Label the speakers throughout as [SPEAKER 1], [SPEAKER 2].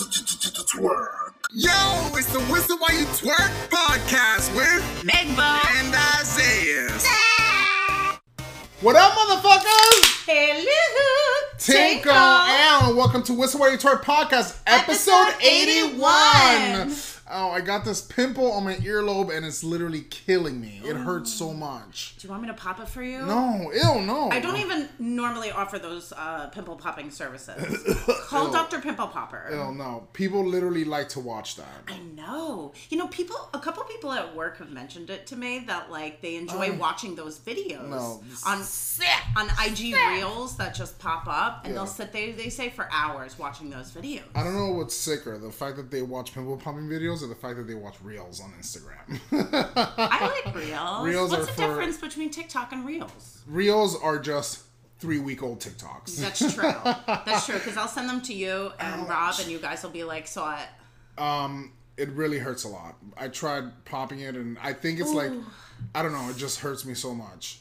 [SPEAKER 1] Twerk. Yo, it's the Whistle While You Twerk podcast with
[SPEAKER 2] Megbo.
[SPEAKER 1] and Isaiah. What up, motherfuckers?
[SPEAKER 2] Hello.
[SPEAKER 1] Tinko Allen, welcome to Whistle While You Twerk podcast, episode
[SPEAKER 2] Episode
[SPEAKER 1] 81.
[SPEAKER 2] 81.
[SPEAKER 1] Oh, I got this pimple on my earlobe and it's literally killing me. It hurts so much.
[SPEAKER 2] Do you want me to pop it for you?
[SPEAKER 1] No, ew, no.
[SPEAKER 2] Oh. I don't even normally offer those uh, pimple popping services. Call Dr. Pimple Popper.
[SPEAKER 1] Hell no. People literally like to watch that.
[SPEAKER 2] I know. You know, people, a couple people at work have mentioned it to me that like they enjoy watching those videos
[SPEAKER 1] No.
[SPEAKER 2] on on IG reels that just pop up, and
[SPEAKER 1] Yeah.
[SPEAKER 2] they'll sit they they say for hours watching those videos.
[SPEAKER 1] I don't know what's sicker, the fact that they watch pimple popping videos or the fact that they watch reels on Instagram.
[SPEAKER 2] I like reels.
[SPEAKER 1] Reels
[SPEAKER 2] What's
[SPEAKER 1] are
[SPEAKER 2] the
[SPEAKER 1] for-
[SPEAKER 2] difference between TikTok and reels?
[SPEAKER 1] reels are just three week old TikToks.
[SPEAKER 2] That's true. That's true. Because I'll send them to you and Rob, and you guys will be like, "Saw it."
[SPEAKER 1] Um, it really hurts a lot. I tried popping it and I think it's like, I don't know, it just hurts me so much.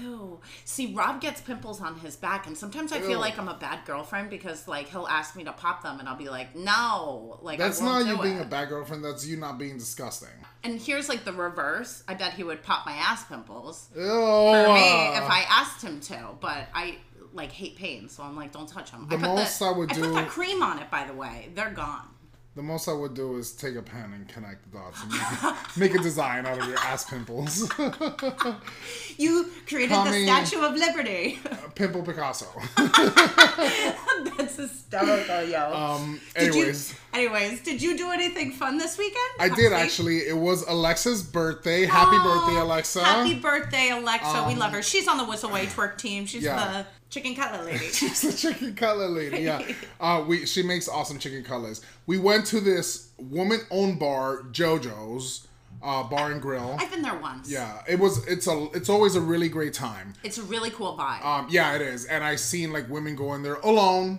[SPEAKER 2] Ew. See, Rob gets pimples on his back, and sometimes I
[SPEAKER 1] Ew.
[SPEAKER 2] feel like I'm a bad girlfriend because, like, he'll ask me to pop them, and I'll be like, "No." Like, I
[SPEAKER 1] That's not
[SPEAKER 2] won't
[SPEAKER 1] you
[SPEAKER 2] do
[SPEAKER 1] being
[SPEAKER 2] it.
[SPEAKER 1] a bad girlfriend, that's you not being disgusting.
[SPEAKER 2] And here's like the reverse. I bet he would pop my ass pimples
[SPEAKER 1] Ew.
[SPEAKER 2] for me if I asked him to, but I like hate pain, so I'm like, "Don't touch them."
[SPEAKER 1] The
[SPEAKER 2] I put
[SPEAKER 1] most
[SPEAKER 2] the,
[SPEAKER 1] I would
[SPEAKER 2] I
[SPEAKER 1] do-
[SPEAKER 2] put the cream on it, by the way. They're gone.
[SPEAKER 1] the most I would do is take a pen and connect the dots and make, make a design out of your ass pimples.
[SPEAKER 2] You created
[SPEAKER 1] Coming-
[SPEAKER 2] the Statue of Liberty.
[SPEAKER 1] Pimple Picasso.
[SPEAKER 2] That's hysterical, yo.
[SPEAKER 1] Um,
[SPEAKER 2] Did you-
[SPEAKER 1] anyways.
[SPEAKER 2] anyways, did you do anything fun this weekend?
[SPEAKER 1] I
[SPEAKER 2] Honestly?
[SPEAKER 1] did actually. It was Alexa's birthday. Happy
[SPEAKER 2] Oh,
[SPEAKER 1] birthday, Alexa. Um,
[SPEAKER 2] Happy birthday, Alexa. we love her. She's on the Whistle Way Twerk team. She's
[SPEAKER 1] Yeah.
[SPEAKER 2] the chicken cutlet lady.
[SPEAKER 1] She's the chicken cutlet lady. Yeah, uh, we she makes awesome chicken cutlets. We went to this woman-owned bar, JoJo's uh, Bar and Grill.
[SPEAKER 2] I've been there once.
[SPEAKER 1] yeah, it was. It's a. It's always a really great time.
[SPEAKER 2] It's a really cool vibe.
[SPEAKER 1] Um, yeah, it is. And I seen like women go in there alone,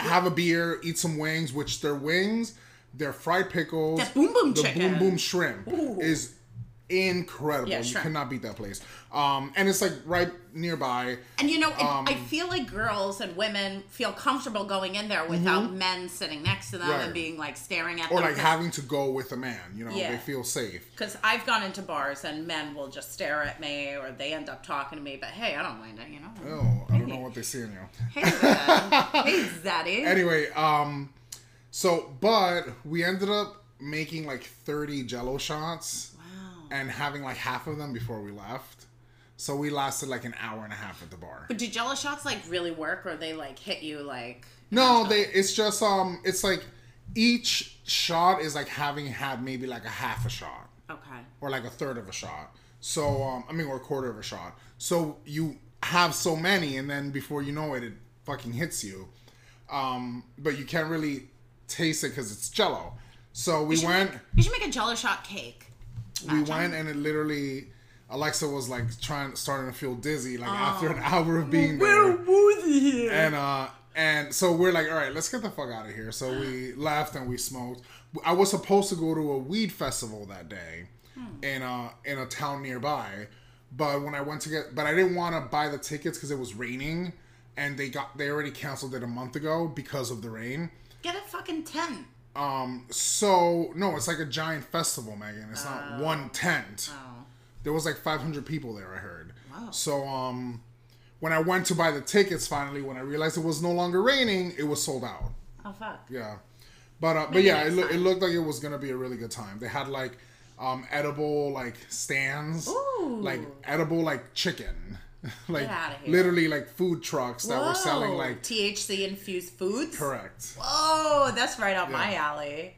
[SPEAKER 1] have a beer, eat some wings, which their wings, their fried pickles,
[SPEAKER 2] That boom boom
[SPEAKER 1] the
[SPEAKER 2] chicken.
[SPEAKER 1] boom boom shrimp is incredible.
[SPEAKER 2] Yeah,
[SPEAKER 1] you
[SPEAKER 2] shrimp.
[SPEAKER 1] cannot beat that place. Um, and it's like right nearby.
[SPEAKER 2] and you know, it, I
[SPEAKER 1] um,
[SPEAKER 2] feel like girls and women feel comfortable going in there without men sitting next to them
[SPEAKER 1] Mm-hmm. Right.
[SPEAKER 2] and being like staring at
[SPEAKER 1] Or
[SPEAKER 2] them.
[SPEAKER 1] like having to go with a man, you know, they
[SPEAKER 2] Yeah.
[SPEAKER 1] feel safe.
[SPEAKER 2] because I've gone into bars and men will just stare at me or they end up talking to me, but hey, I don't mind it, you know.
[SPEAKER 1] Oh, I don't know what they see in you.
[SPEAKER 2] Hey, Zed. hey, Zaddy.
[SPEAKER 1] Anyway, um, so but we ended up making like thirty Jello shots
[SPEAKER 2] Wow.
[SPEAKER 1] and having like half of them before we left. So we lasted like an hour and a half at the bar.
[SPEAKER 2] But do jello shots like really work, or they like hit you like?
[SPEAKER 1] No, they. It's just um, it's like each shot is like having had maybe like a half a shot.
[SPEAKER 2] Okay.
[SPEAKER 1] or like a third of a shot. So um, I mean, or a quarter of a shot. So you have so many, and then before you know it, it fucking hits you. Um, but you can't really taste it because it's Jello. So we went,
[SPEAKER 2] You should make a jello shot cake.
[SPEAKER 1] we went, and it literally. Alexa was like trying, starting to feel dizzy,
[SPEAKER 2] Oh.
[SPEAKER 1] like after an hour of being there,
[SPEAKER 2] woozy here.
[SPEAKER 1] and uh, and so we're like, all right, let's get the fuck out of here. So we left and we smoked. I was supposed to go to a weed festival that day, in uh in a town nearby, but when I went to get, but I didn't want to buy the tickets because it was raining, and they got they already canceled it a month ago because of the rain.
[SPEAKER 2] Get a fucking tent.
[SPEAKER 1] Um, so no, it's like a giant festival, Megan. It's not one tent.
[SPEAKER 2] Oh.
[SPEAKER 1] There was like 500 people there, I heard.
[SPEAKER 2] Wow.
[SPEAKER 1] So um, when I went to buy the tickets, finally, when I realized it was no longer raining, it was sold out.
[SPEAKER 2] Oh fuck.
[SPEAKER 1] Yeah, but uh, but
[SPEAKER 2] Maybe
[SPEAKER 1] yeah, it,
[SPEAKER 2] next
[SPEAKER 1] loo- it
[SPEAKER 2] time.
[SPEAKER 1] looked like it was gonna be a really good time. They had like um edible like stands,
[SPEAKER 2] Ooh.
[SPEAKER 1] like edible like chicken, like
[SPEAKER 2] outta here.
[SPEAKER 1] literally like food trucks that uh, were selling
[SPEAKER 2] Whoa.
[SPEAKER 1] like
[SPEAKER 2] THC infused foods.
[SPEAKER 1] correct.
[SPEAKER 2] Oh, that's right up my alley.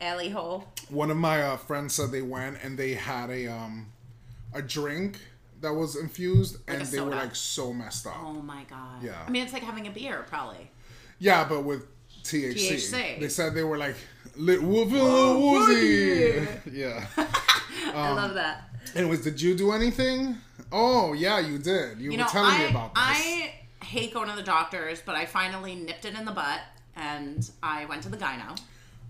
[SPEAKER 2] Alley hole.
[SPEAKER 1] one of my uh, friends said they went and they had a um a drink that was infused and
[SPEAKER 2] a
[SPEAKER 1] they were
[SPEAKER 2] soda.
[SPEAKER 1] like so messed up.
[SPEAKER 2] Oh my god.
[SPEAKER 1] Yeah.
[SPEAKER 2] I mean, it's like having a beer, probably.
[SPEAKER 1] Yeah, but with THC.
[SPEAKER 2] THC.
[SPEAKER 1] They said they were like lit woof woozy. yeah.
[SPEAKER 2] I
[SPEAKER 1] Um,
[SPEAKER 2] love that.
[SPEAKER 1] Anyways, did you do anything? Oh yeah, you did.
[SPEAKER 2] You
[SPEAKER 1] You, were
[SPEAKER 2] know,
[SPEAKER 1] telling
[SPEAKER 2] I,
[SPEAKER 1] me about this.
[SPEAKER 2] I hate going to the doctors, but I finally nipped it in the butt, and I went to the gyno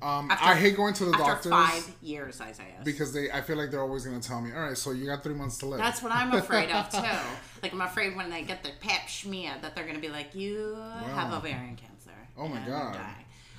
[SPEAKER 1] um, I hate going to the
[SPEAKER 2] after
[SPEAKER 1] doctors
[SPEAKER 2] five years, Isaiah.
[SPEAKER 1] because they. I feel like they're always gonna tell me, all right, so you got three months to live.
[SPEAKER 2] That's what I'm afraid of too. Like I'm afraid when they get their pap smear that they're gonna be like, "You have ovarian cancer."
[SPEAKER 1] Oh my
[SPEAKER 2] and you're
[SPEAKER 1] God.
[SPEAKER 2] dying."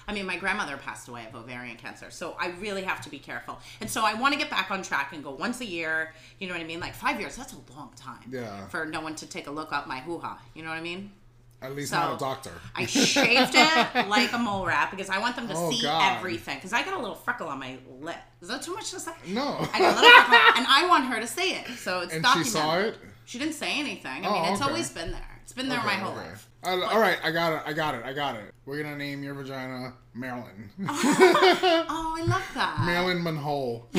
[SPEAKER 2] I mean, my grandmother passed away of ovarian cancer, so I really have to be careful. And so I want to get back on track and go once a year. You know what I mean? Like five years, that's a long time.
[SPEAKER 1] Yeah.
[SPEAKER 2] For no one to take a look at my hoo ha. You know what I mean?
[SPEAKER 1] At least
[SPEAKER 2] So-
[SPEAKER 1] not a doctor.
[SPEAKER 2] I shaved it like a mole rat because I want them to
[SPEAKER 1] Oh,
[SPEAKER 2] see
[SPEAKER 1] God.
[SPEAKER 2] everything. Because I got a little freckle on my lip. Is that too much to say?
[SPEAKER 1] No.
[SPEAKER 2] I got a little freckle, and I want her to see it. So it's
[SPEAKER 1] And she
[SPEAKER 2] documented.
[SPEAKER 1] saw it?
[SPEAKER 2] She didn't say anything. I
[SPEAKER 1] Oh,
[SPEAKER 2] mean, it's
[SPEAKER 1] okay.
[SPEAKER 2] always been there. It's been there my whole
[SPEAKER 1] Okay.
[SPEAKER 2] life.
[SPEAKER 1] All all right, I got it. I got it. I got it. We're gonna name your vagina Marilyn.
[SPEAKER 2] Oh, I love that.
[SPEAKER 1] Marilyn Monroe.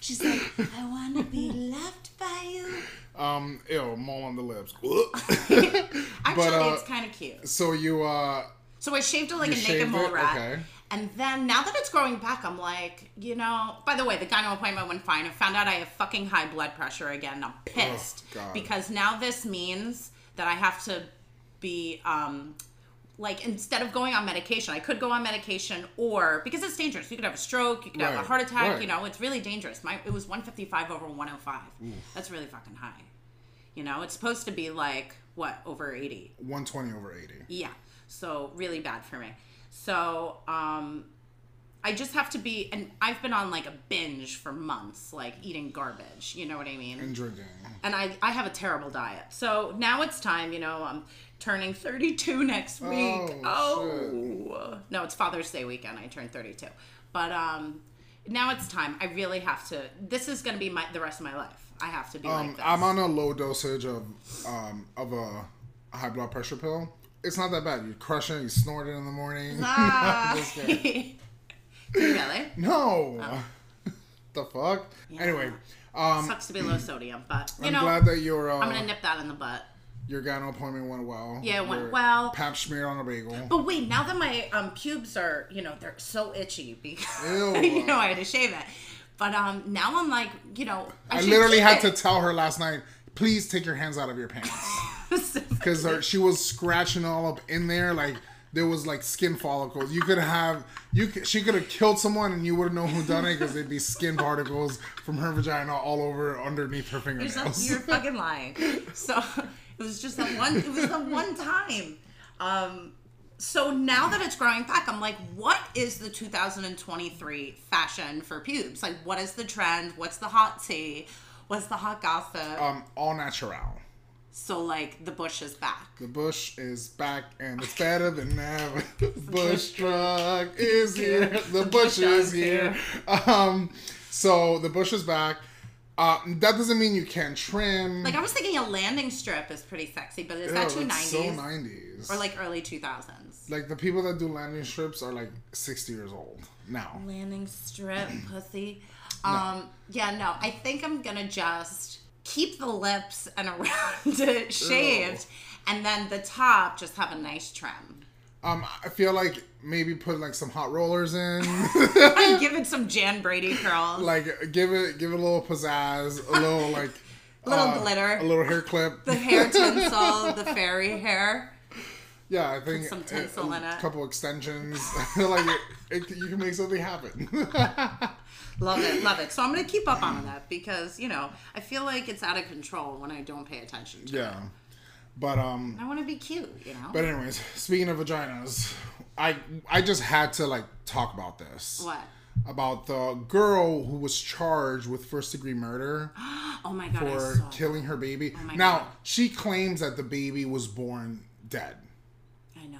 [SPEAKER 2] She's like, I want to be loved by you.
[SPEAKER 1] Um, ew, mole on the lips.
[SPEAKER 2] Actually,
[SPEAKER 1] uh,
[SPEAKER 2] it's kind of cute.
[SPEAKER 1] so you, uh,
[SPEAKER 2] So I shaved it like
[SPEAKER 1] you
[SPEAKER 2] a naked
[SPEAKER 1] shaved
[SPEAKER 2] mole
[SPEAKER 1] it?
[SPEAKER 2] rat.
[SPEAKER 1] Okay.
[SPEAKER 2] And then now that it's growing back, I'm like, you know. By the way, the gyno appointment went fine. I found out I have fucking high blood pressure again. I'm pissed
[SPEAKER 1] God.
[SPEAKER 2] because now this means that I have to be um, like instead of going on medication, I could go on medication or because it's dangerous. You could have a stroke. You could have
[SPEAKER 1] Right,
[SPEAKER 2] a heart attack.
[SPEAKER 1] right.
[SPEAKER 2] You know, it's really dangerous. My it was 155 over 105. That's really fucking high. You know, it's supposed to be like what over 80.
[SPEAKER 1] 120 over 80.
[SPEAKER 2] Yeah. So really bad for me. So um I just have to be and I've been on like a binge for months, like eating garbage, you know what I mean?
[SPEAKER 1] And drinking.
[SPEAKER 2] And I I have a terrible diet. So now it's time, you know, I'm turning 32 next week.
[SPEAKER 1] Oh,
[SPEAKER 2] Oh. No, it's Father's Day weekend. I turned 32. But um now it's time. I really have to this is going to be my the rest of my life. I have to be like
[SPEAKER 1] Um,
[SPEAKER 2] this.
[SPEAKER 1] I'm on a low dosage of, um, of a high blood pressure pill. It's not that bad. You crush it, you snort it in the morning.
[SPEAKER 2] Ah.
[SPEAKER 1] Just kidding.
[SPEAKER 2] really?
[SPEAKER 1] No.
[SPEAKER 2] Oh.
[SPEAKER 1] the fuck? Anyway, um,
[SPEAKER 2] Sucks to be low sodium, but you
[SPEAKER 1] I'm
[SPEAKER 2] know,
[SPEAKER 1] glad that your uh,
[SPEAKER 2] I'm gonna nip that in the butt.
[SPEAKER 1] your gyno appointment went well.
[SPEAKER 2] Yeah, it went
[SPEAKER 1] Your
[SPEAKER 2] well.
[SPEAKER 1] Pap smear on a bagel.
[SPEAKER 2] But wait, now that my um pubes are, you know, they're so itchy because
[SPEAKER 1] Ew.
[SPEAKER 2] you know I had to shave it. But um, now I'm like, you know, I,
[SPEAKER 1] I
[SPEAKER 2] should
[SPEAKER 1] literally
[SPEAKER 2] keep
[SPEAKER 1] had to
[SPEAKER 2] it.
[SPEAKER 1] tell her last night, please take your hands out of your pants, because she was scratching all up in there, like there was like skin follicles. You could have you c- she could have killed someone and you wouldn't know who done it because there'd be skin particles from her vagina all over underneath her
[SPEAKER 2] You're
[SPEAKER 1] fingernails.
[SPEAKER 2] so- you're fucking lying. So it was just that one. It was the one time. Um, so now that it's growing back, I'm like, what is the 2023 fashion for pubes? Like, what is the trend? What's the hot tea? What's the hot gossip?
[SPEAKER 1] um, all natural.
[SPEAKER 2] so like, the bush is back.
[SPEAKER 1] The bush is back and it's better than ever. The bush truck is here. The bush is here. Um, so the bush is back. Uh, that doesn't mean you can't trim.
[SPEAKER 2] Like I was thinking, a landing strip is pretty sexy, but is that
[SPEAKER 1] Ew,
[SPEAKER 2] too
[SPEAKER 1] it's
[SPEAKER 2] nineties
[SPEAKER 1] So 90s.
[SPEAKER 2] or like early two thousands?
[SPEAKER 1] Like, the people that do landing strips are like 60 years old now.
[SPEAKER 2] Landing strip, pussy. Um, yeah, no, I think I'm gonna just keep the lips and around it shaved, and then the top just have a nice trim.
[SPEAKER 1] Um, I feel like maybe put like some hot rollers in.
[SPEAKER 2] I give it some Jan Brady curls.
[SPEAKER 1] like give it give it a little pizzazz, a little like
[SPEAKER 2] Little glitter.
[SPEAKER 1] uh, a little hair clip.
[SPEAKER 2] the hair tinsel, the fairy hair.
[SPEAKER 1] Yeah, I think
[SPEAKER 2] some
[SPEAKER 1] a-
[SPEAKER 2] tinsel
[SPEAKER 1] a,
[SPEAKER 2] in it.
[SPEAKER 1] couple extensions. like it, it, you can make something happen.
[SPEAKER 2] Love it, love it. So I'm gonna keep up on that because you know I feel like it's out of control when I don't pay attention to it.
[SPEAKER 1] yeah, but um,
[SPEAKER 2] I want to be cute, you know.
[SPEAKER 1] but anyways, speaking of vaginas, I I just had to like talk about this
[SPEAKER 2] what?
[SPEAKER 1] about the girl who was charged with first degree murder
[SPEAKER 2] Oh my god! I
[SPEAKER 1] for
[SPEAKER 2] saw. Oh
[SPEAKER 1] killing her baby.
[SPEAKER 2] my
[SPEAKER 1] now
[SPEAKER 2] God.
[SPEAKER 1] she claims that the baby was born dead,
[SPEAKER 2] I know.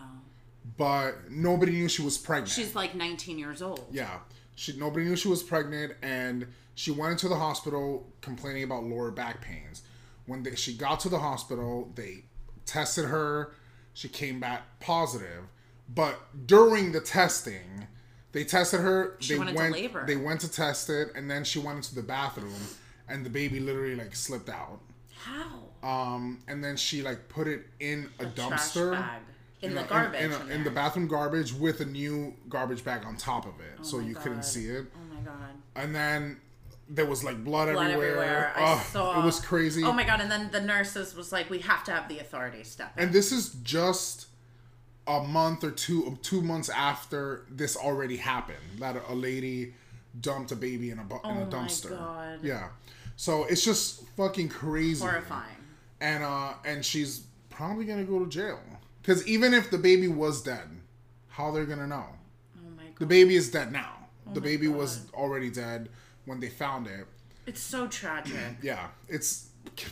[SPEAKER 1] but nobody knew she was pregnant.
[SPEAKER 2] She's like 19 years old.
[SPEAKER 1] Yeah. She nobody knew she was pregnant and she went into the hospital complaining about lower back pains. When they, she got to the hospital, they tested her. She came back positive, but during the testing, they tested her. She they
[SPEAKER 2] went into
[SPEAKER 1] went,
[SPEAKER 2] labor.
[SPEAKER 1] They went to test it, and then she went into the bathroom, and the baby literally like slipped out.
[SPEAKER 2] How?
[SPEAKER 1] Um, and then she like put it in a, dumpster
[SPEAKER 2] Trash bag in
[SPEAKER 1] you
[SPEAKER 2] the
[SPEAKER 1] know,
[SPEAKER 2] garbage.
[SPEAKER 1] in,
[SPEAKER 2] in
[SPEAKER 1] in the
[SPEAKER 2] there.
[SPEAKER 1] bathroom garbage with a new garbage bag on top of it, so
[SPEAKER 2] Oh my
[SPEAKER 1] you couldn't
[SPEAKER 2] God.
[SPEAKER 1] see it.
[SPEAKER 2] Oh my god.
[SPEAKER 1] And then there was like blood,
[SPEAKER 2] Blood
[SPEAKER 1] everywhere.
[SPEAKER 2] everywhere. I
[SPEAKER 1] Ugh,
[SPEAKER 2] saw.
[SPEAKER 1] It was crazy.
[SPEAKER 2] Oh my god! And then the nurses was like, "We have to have the authority step." in."
[SPEAKER 1] and this is just a month or two, two months after this already happened. That a lady dumped a baby in a bu- in a
[SPEAKER 2] Oh my
[SPEAKER 1] dumpster.
[SPEAKER 2] God.
[SPEAKER 1] Yeah. So it's just fucking crazy.
[SPEAKER 2] Horrifying.
[SPEAKER 1] And uh, and she's probably gonna go to jail because even if the baby was dead, How they're gonna know?
[SPEAKER 2] Oh my god.
[SPEAKER 1] The baby is dead now. the
[SPEAKER 2] my
[SPEAKER 1] baby was already dead when they found it.
[SPEAKER 2] It's so tragic.
[SPEAKER 1] Yeah, it's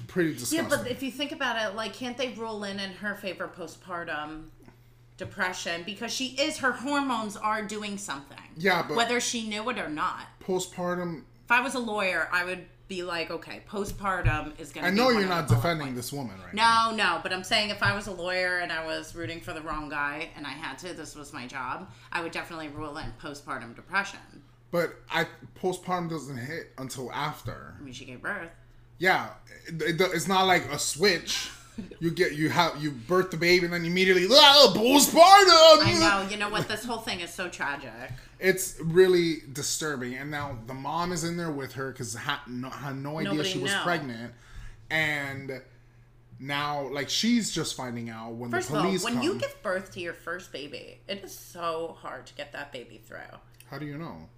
[SPEAKER 1] pretty disgusting.
[SPEAKER 2] yeah, but if you think about it, like, can't they roll in in her favor postpartum depression because she is her hormones are doing something.
[SPEAKER 1] Yeah, but-
[SPEAKER 2] whether she knew it or not.
[SPEAKER 1] postpartum.
[SPEAKER 2] If I was a lawyer, I would be like, okay, postpartum is going
[SPEAKER 1] I
[SPEAKER 2] to.
[SPEAKER 1] know you're not defending this woman right now.
[SPEAKER 2] No, no, but I'm saying if I was a lawyer and I was rooting for the wrong guy and I had to, this was my job, I would definitely rule in postpartum depression.
[SPEAKER 1] But I postpartum doesn't hit until after.
[SPEAKER 2] I mean, she gave birth.
[SPEAKER 1] Yeah, it, it- it's not like a switch. You get you have you birth the baby and then immediately ah, postpartum.
[SPEAKER 2] I know, you know what? This whole thing is so tragic.
[SPEAKER 1] It's really disturbing. And now the mom is in there with her because had no, had no idea
[SPEAKER 2] Nobody
[SPEAKER 1] she was
[SPEAKER 2] know.
[SPEAKER 1] pregnant, and now like she's just finding out when
[SPEAKER 2] First
[SPEAKER 1] the
[SPEAKER 2] of all, when
[SPEAKER 1] police come.
[SPEAKER 2] you give birth to your first baby, it is so hard to get that baby through.
[SPEAKER 1] How do you know?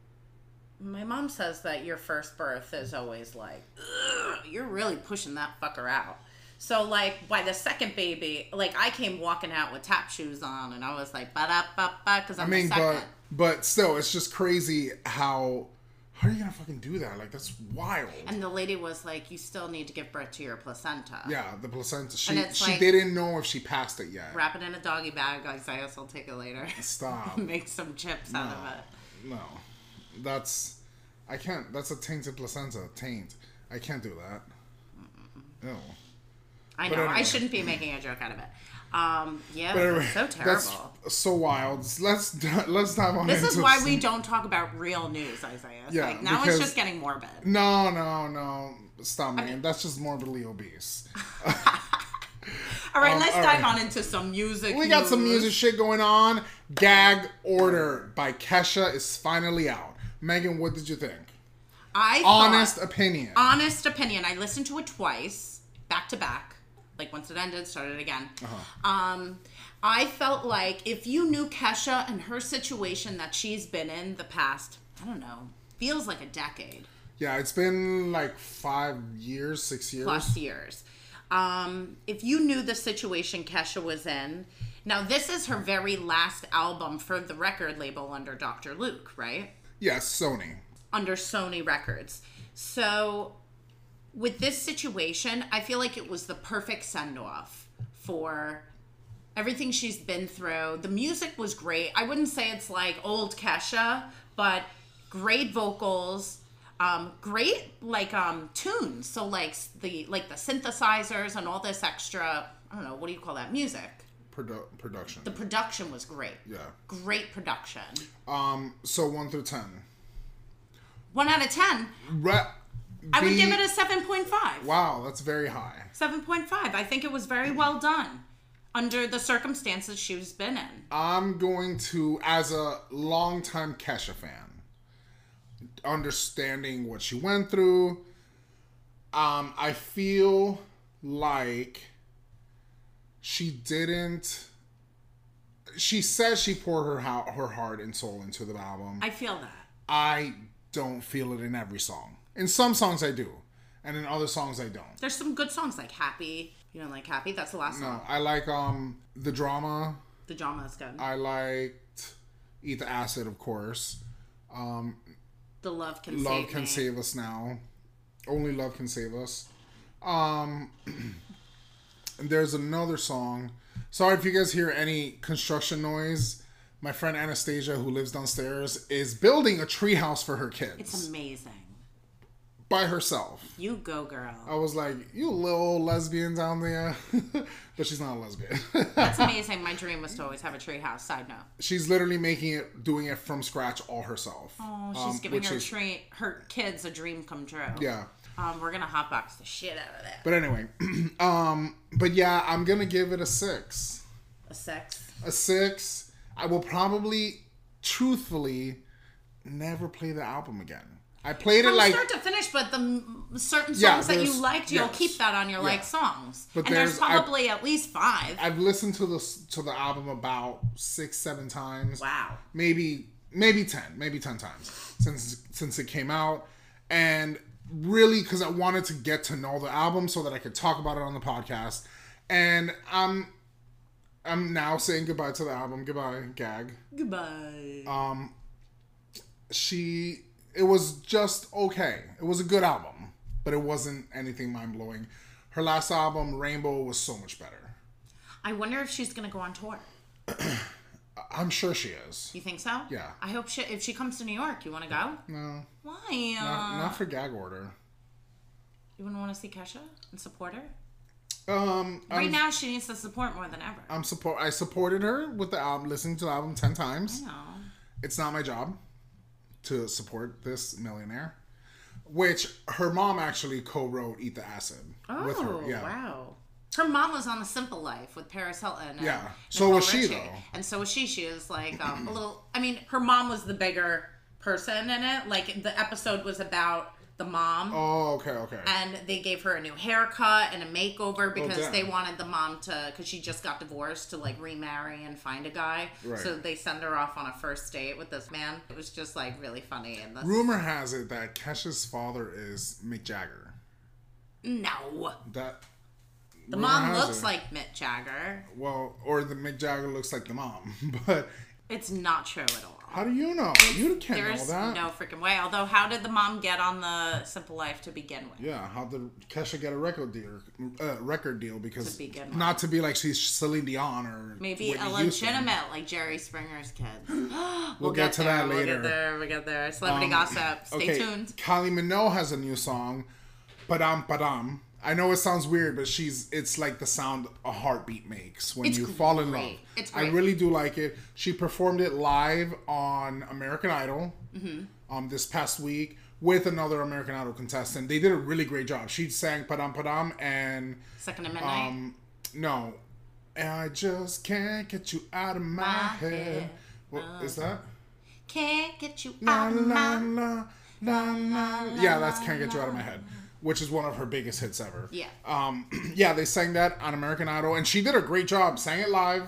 [SPEAKER 2] My mom says that your first birth is always like, "Ugh, you're really pushing that fucker out. So, like, by the second baby, like, I came walking out with tap shoes on and I was like, ba da ba ba, because I'm
[SPEAKER 1] I mean,
[SPEAKER 2] the second.
[SPEAKER 1] but but still, it's just crazy how how are you gonna fucking do that? Like that's wild.
[SPEAKER 2] And the lady was like, "You still need to give birth to your placenta.
[SPEAKER 1] yeah, the placenta. She
[SPEAKER 2] And it's
[SPEAKER 1] she
[SPEAKER 2] like-
[SPEAKER 1] didn't know if she passed it yet.
[SPEAKER 2] Wrap it in a doggy bag. Like, I guess I'll take it later.
[SPEAKER 1] Stop.
[SPEAKER 2] Make some chips out of it.
[SPEAKER 1] No, that's I can't. That's a tainted placenta. Taint. I can't do that. No.
[SPEAKER 2] I
[SPEAKER 1] But
[SPEAKER 2] know I
[SPEAKER 1] anyway.
[SPEAKER 2] shouldn't be making a joke out of it. Um, yeah,
[SPEAKER 1] But anyway,
[SPEAKER 2] that's so terrible.
[SPEAKER 1] That's so wild. Let's di- let's dive on.
[SPEAKER 2] This is
[SPEAKER 1] into
[SPEAKER 2] why we don't talk about real news, Isaiah.
[SPEAKER 1] Yeah,
[SPEAKER 2] like now
[SPEAKER 1] because-
[SPEAKER 2] it's just getting morbid.
[SPEAKER 1] No, no, no. Stop, man. that's just morbidly obese.
[SPEAKER 2] All right, let's
[SPEAKER 1] Um, all
[SPEAKER 2] dive
[SPEAKER 1] right.
[SPEAKER 2] on into some music.
[SPEAKER 1] We got some
[SPEAKER 2] news.
[SPEAKER 1] music shit going on. Gag Order by Kesha is finally out. Megan, what did you think?
[SPEAKER 2] I thought-
[SPEAKER 1] Honest opinion.
[SPEAKER 2] honest opinion. I listened to it twice, back to back. Like once it ended, started again.
[SPEAKER 1] Uh-huh.
[SPEAKER 2] Um, I felt like if you knew Kesha and her situation that she's been in the past, I don't know, feels like a decade
[SPEAKER 1] yeah, it's been like five years, six years.
[SPEAKER 2] plus years. Um, if you knew the situation Kesha was in, now this is her very last album for the record label under Dr. Luke, right?
[SPEAKER 1] Yeah, Sony.
[SPEAKER 2] under Sony Records. So with this situation, I feel like it was the perfect send off for everything she's been through. The music was great. I wouldn't say it's like old Kesha, but great vocals, um, great like um, tunes. So like s- the like the synthesizers and all this extra. I don't know what do you call that music.
[SPEAKER 1] Produ- production.
[SPEAKER 2] The production was great.
[SPEAKER 1] yeah.
[SPEAKER 2] Great production.
[SPEAKER 1] Um. So one through ten.
[SPEAKER 2] One out of ten.
[SPEAKER 1] Re-
[SPEAKER 2] I would
[SPEAKER 1] the-
[SPEAKER 2] give it a seven point five.
[SPEAKER 1] Wow, that's very high.
[SPEAKER 2] 7.5. I think it was very well done under the circumstances she's been in.
[SPEAKER 1] I'm going to, as a longtime Kesha fan, understanding what she went through. Um, I feel like she didn't. She says she poured her ho- her heart and soul into the album.
[SPEAKER 2] I feel that.
[SPEAKER 1] I don't feel it in every song. In some songs I do, and in other songs I don't.
[SPEAKER 2] There's some good songs like Happy. You don't like Happy? That's the last song.
[SPEAKER 1] No, I like um the drama.
[SPEAKER 2] The drama is good.
[SPEAKER 1] I liked Eat the Acid, of course. Um,
[SPEAKER 2] the Love Can
[SPEAKER 1] love
[SPEAKER 2] Save
[SPEAKER 1] can
[SPEAKER 2] Me.
[SPEAKER 1] save us now. Only love can save us. Um, and there's another song. Sorry if you guys hear any construction noise. My friend Anastasia, who lives downstairs, is building a treehouse for her kids
[SPEAKER 2] It's amazing.
[SPEAKER 1] by herself.
[SPEAKER 2] You go, girl.
[SPEAKER 1] I was like, "You little old lesbian down there," but she's not a lesbian.
[SPEAKER 2] That's amazing. My dream was to always have a treehouse. Side note.
[SPEAKER 1] she's literally making it, doing it from scratch all herself.
[SPEAKER 2] Oh, she's
[SPEAKER 1] Um,
[SPEAKER 2] giving
[SPEAKER 1] which
[SPEAKER 2] her
[SPEAKER 1] is-
[SPEAKER 2] tree, her kids a dream come true.
[SPEAKER 1] Yeah,
[SPEAKER 2] Um, we're gonna hotbox the shit out of that.
[SPEAKER 1] but anyway, um, but yeah, I'm gonna give it a six.
[SPEAKER 2] A sex.
[SPEAKER 1] A six. I will probably, truthfully, never play the album again. I played it
[SPEAKER 2] From
[SPEAKER 1] like
[SPEAKER 2] start to finish, but the m- certain songs
[SPEAKER 1] Yeah,
[SPEAKER 2] that you
[SPEAKER 1] there's-
[SPEAKER 2] liked, you'll
[SPEAKER 1] yes.
[SPEAKER 2] keep that on your like
[SPEAKER 1] Yeah.
[SPEAKER 2] songs.
[SPEAKER 1] But
[SPEAKER 2] and there's,
[SPEAKER 1] there's- I-
[SPEAKER 2] probably at least five.
[SPEAKER 1] I've listened to the to the album about six, seven times.
[SPEAKER 2] wow.
[SPEAKER 1] maybe maybe 10 maybe 10 times since since it came out and really because i wanted to get to know the album so that i could talk about it on the podcast and i'm I'm now saying goodbye to the album. Goodbye, gag.
[SPEAKER 2] Goodbye.
[SPEAKER 1] Um, she. It was just okay. It was a good album, but it wasn't anything mind blowing. Her last album, Rainbow, was so much better.
[SPEAKER 2] I wonder if she's gonna go on tour.
[SPEAKER 1] I- I'm sure she is.
[SPEAKER 2] You think so?
[SPEAKER 1] Yeah.
[SPEAKER 2] I hope she if she comes to New York, you want to go?
[SPEAKER 1] No,
[SPEAKER 2] Why?
[SPEAKER 1] not, not for gag order.
[SPEAKER 2] you wouldn't want to see Kesha and support her?
[SPEAKER 1] Um,
[SPEAKER 2] Right
[SPEAKER 1] I'm,
[SPEAKER 2] now, she needs the support more than ever.
[SPEAKER 1] I'm support. I supported her with the album, listening to the album ten times.
[SPEAKER 2] no.
[SPEAKER 1] it's not my job to support this millionaire. Which her mom actually co-wrote "Eat the Acid"
[SPEAKER 2] Oh,
[SPEAKER 1] with her. Yeah,
[SPEAKER 2] wow. Her mom was on The Simple Life with Paris Hilton. And
[SPEAKER 1] Yeah. So
[SPEAKER 2] Nicole
[SPEAKER 1] was she,
[SPEAKER 2] Richie.
[SPEAKER 1] though.
[SPEAKER 2] And so was she. She was like um, a little. I mean, her mom was the bigger person in it. Like the episode was about the mom.
[SPEAKER 1] Oh, okay, okay.
[SPEAKER 2] and they gave her a new haircut and a makeover because
[SPEAKER 1] Oh, damn.
[SPEAKER 2] they wanted the mom to because she just got divorced to like remarry and find a guy
[SPEAKER 1] Right.
[SPEAKER 2] so they send her off on a first date with this man it was just like really funny and this
[SPEAKER 1] Rumor has it that Kesha's father is Mick Jagger.
[SPEAKER 2] no
[SPEAKER 1] That
[SPEAKER 2] the
[SPEAKER 1] rumor
[SPEAKER 2] mom
[SPEAKER 1] has
[SPEAKER 2] looks
[SPEAKER 1] it.
[SPEAKER 2] like mick jagger
[SPEAKER 1] well, or the Mick Jagger looks like the mom. But
[SPEAKER 2] it's not true at all
[SPEAKER 1] how do you know? You can't know
[SPEAKER 2] there's
[SPEAKER 1] that.
[SPEAKER 2] no freaking way although how did the mom get on the simple life to begin with
[SPEAKER 1] Yeah, how did Kesha get a record deal? Uh, record deal because
[SPEAKER 2] begin with.
[SPEAKER 1] not to be like she's Celine Dion or
[SPEAKER 2] Maybe
[SPEAKER 1] Whitney
[SPEAKER 2] a
[SPEAKER 1] Houston.
[SPEAKER 2] legitimate, like Jerry Springer's kids. we'll,
[SPEAKER 1] get to
[SPEAKER 2] there,
[SPEAKER 1] that
[SPEAKER 2] We'll
[SPEAKER 1] later. Um,
[SPEAKER 2] get there. We'll get there. Celebrity gossip. Stay tuned.
[SPEAKER 1] Kylie Minogue has a new song, Padam Padam. I know it sounds weird, but she's it's like the sound a heartbeat makes when
[SPEAKER 2] It's
[SPEAKER 1] you fall in love.
[SPEAKER 2] great. It's
[SPEAKER 1] I
[SPEAKER 2] great.
[SPEAKER 1] really do like it. She performed it live on American Idol
[SPEAKER 2] Mm-hmm.
[SPEAKER 1] um, this past week with another American Idol contestant. They did a really great job. She sang Padam Padam and
[SPEAKER 2] Second to midnight.
[SPEAKER 1] um, no, I just can't get you out of my, head.
[SPEAKER 2] head. Uh,
[SPEAKER 1] What is that?
[SPEAKER 2] Can't get you
[SPEAKER 1] La,
[SPEAKER 2] out of
[SPEAKER 1] la,
[SPEAKER 2] my.
[SPEAKER 1] la, la, la. Uh-huh. Yeah, that's Can't Get You Out of My Head, which is one of her biggest hits ever.
[SPEAKER 2] Yeah.
[SPEAKER 1] Um, yeah, they sang that on American Idol, and she did a great job. Sang it live,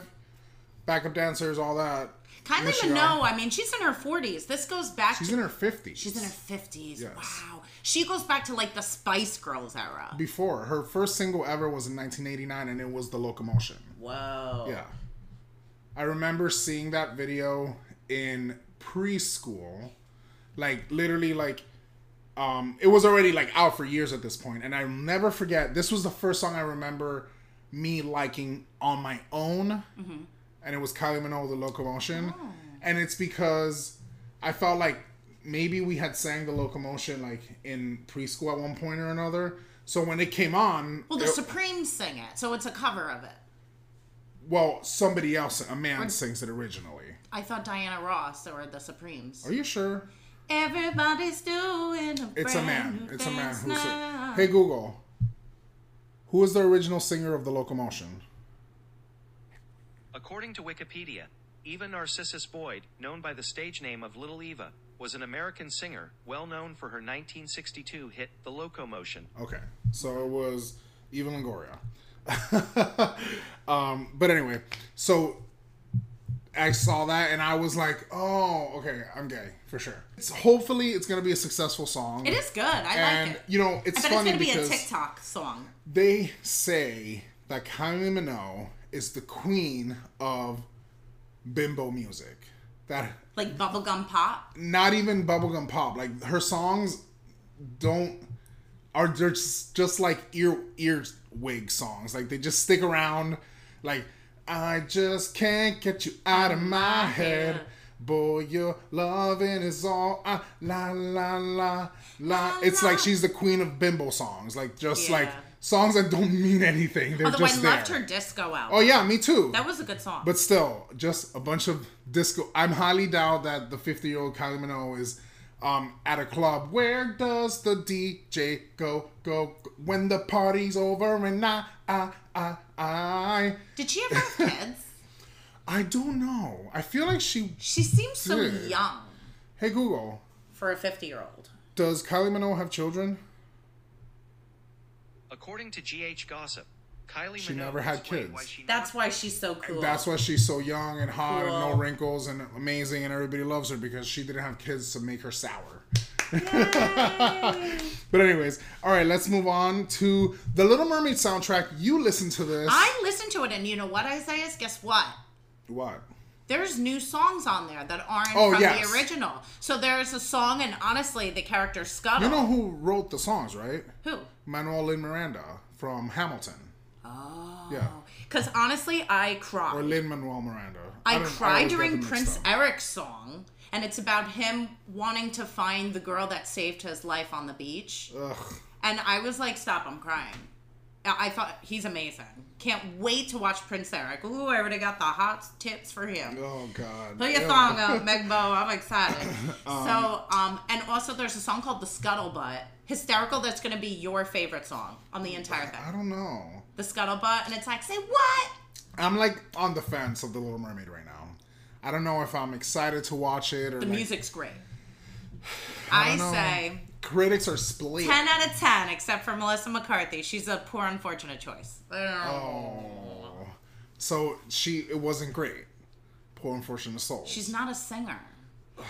[SPEAKER 1] backup dancers, all that.
[SPEAKER 2] Kylie
[SPEAKER 1] Michigan.
[SPEAKER 2] Minogue, I mean, she's in her 40s. This goes back
[SPEAKER 1] She's
[SPEAKER 2] to.
[SPEAKER 1] in her 50s.
[SPEAKER 2] she's in her 50s.
[SPEAKER 1] Yes.
[SPEAKER 2] Wow. She goes back to like the Spice Girls era.
[SPEAKER 1] Before. Her first single ever was in 1989, and it was The Locomotion.
[SPEAKER 2] Whoa.
[SPEAKER 1] Yeah. I remember seeing that video in preschool. Like literally like um it was already like out for years at this point and I'll never forget this was the first song I remember me liking on my own and it was Kylie Minogue the locomotion and it's because I felt like maybe we had sang the locomotion like in preschool at one point or another so when it came on
[SPEAKER 2] Well, the
[SPEAKER 1] it-
[SPEAKER 2] Supremes sing it, so it's a cover of it.
[SPEAKER 1] Well, somebody else, a man, sings it originally.
[SPEAKER 2] I thought Diana Ross or the Supremes.
[SPEAKER 1] Are you sure?
[SPEAKER 2] Everybody's doing a
[SPEAKER 1] It's a
[SPEAKER 2] brand
[SPEAKER 1] man.
[SPEAKER 2] new
[SPEAKER 1] It's a man
[SPEAKER 2] things
[SPEAKER 1] who
[SPEAKER 2] now.
[SPEAKER 1] sings. Hey Google, who is the original singer of the Locomotion?
[SPEAKER 3] According to Wikipedia, Eva Narcissus Boyd, known by the stage name of Little Eva, was an American singer, well known for her 1962 hit, The Locomotion.
[SPEAKER 1] Okay, so it was Eva Longoria. um, but anyway, so I saw that and I was like, oh, okay, I'm gay for sure. It's hopefully it's gonna be a successful song.
[SPEAKER 2] It is good. I
[SPEAKER 1] and
[SPEAKER 2] like it.
[SPEAKER 1] you know, it's
[SPEAKER 2] I bet it's
[SPEAKER 1] funny
[SPEAKER 2] going to be a
[SPEAKER 1] because
[SPEAKER 2] TikTok song.
[SPEAKER 1] they say that Kylie Minogue is the queen of bimbo music. That
[SPEAKER 2] Like bubblegum pop.
[SPEAKER 1] not even bubblegum pop. Like her songs don't are they're just, just like ear earwig songs. Like they just stick around. Like I just can't get you out of my head. Boy, your loving is all I, la la la la. It's like she's the queen of bimbo songs. Like just like
[SPEAKER 2] Yeah.
[SPEAKER 1] songs that don't mean anything. They're
[SPEAKER 2] Although I
[SPEAKER 1] just there.
[SPEAKER 2] loved her disco album.
[SPEAKER 1] Oh yeah, me too.
[SPEAKER 2] That was a good song.
[SPEAKER 1] But still, just a bunch of disco. I'm highly doubt that the 50 year old Kylie Minogue is um, at a club. Where does the DJ go, go, go when the party's over? And I, I, I, I,
[SPEAKER 2] Did she ever have kids?
[SPEAKER 1] I don't know. I feel like she.
[SPEAKER 2] She seems so
[SPEAKER 1] Dude.
[SPEAKER 2] young
[SPEAKER 1] Hey Google,
[SPEAKER 2] for a 50 year old.
[SPEAKER 1] does Kylie Minogue have children?
[SPEAKER 3] According to GH Gossip, Kylie
[SPEAKER 1] She
[SPEAKER 3] Minogue
[SPEAKER 1] never had
[SPEAKER 3] explained Why
[SPEAKER 1] kids.
[SPEAKER 3] she
[SPEAKER 2] That's why she's so cool.
[SPEAKER 1] That's why she's so young and hot and no
[SPEAKER 2] Cool.
[SPEAKER 1] wrinkles and amazing and everybody loves her because she didn't have kids to make her sour. but anyways, all right, let's move on to the Little Mermaid soundtrack. You listen to this.
[SPEAKER 2] I listened to it, and you know what, Isaiah? Guess what?
[SPEAKER 1] what?
[SPEAKER 2] There's new songs on there that aren't
[SPEAKER 1] Oh,
[SPEAKER 2] from
[SPEAKER 1] yes.
[SPEAKER 2] the original. So there's a song, and honestly, the character Scuttle.
[SPEAKER 1] You know who wrote the songs, right?
[SPEAKER 2] who?
[SPEAKER 1] Manuel Lin Miranda from Hamilton. Oh. Yeah.
[SPEAKER 2] Because honestly, I cried.
[SPEAKER 1] Or Lin Manuel Miranda.
[SPEAKER 2] I,
[SPEAKER 1] don't-
[SPEAKER 2] cried
[SPEAKER 1] always get
[SPEAKER 2] during
[SPEAKER 1] them mixed
[SPEAKER 2] Prince
[SPEAKER 1] up.
[SPEAKER 2] Eric's song, and it's about him wanting to find the girl that saved his life on the beach.
[SPEAKER 1] Ugh.
[SPEAKER 2] And I was like, stop, I'm crying. I I thought he's amazing. Can't wait to watch Prince Eric. Ooh, I already got the hot tips for him.
[SPEAKER 1] Oh God.
[SPEAKER 2] Put your
[SPEAKER 1] Ew.
[SPEAKER 2] thong up, Meg Bo. I'm excited. so, um, and also there's a song called The Scuttlebutt. Hysterical, that's going to be your favorite song on the entire
[SPEAKER 1] I
[SPEAKER 2] thing.
[SPEAKER 1] don't know.
[SPEAKER 2] The Scuttlebutt, and it's like, say what?
[SPEAKER 1] I'm like on the fence of the Little Mermaid right now. I don't know if I'm excited to watch it or
[SPEAKER 2] The
[SPEAKER 1] like,
[SPEAKER 2] music's great.
[SPEAKER 1] I
[SPEAKER 2] I
[SPEAKER 1] don't know.
[SPEAKER 2] say
[SPEAKER 1] critics are split.
[SPEAKER 2] 10 out of 10, except for Melissa McCarthy. She's a poor, unfortunate choice.
[SPEAKER 1] Oh. So she it wasn't great. Poor unfortunate soul.
[SPEAKER 2] She's not a singer.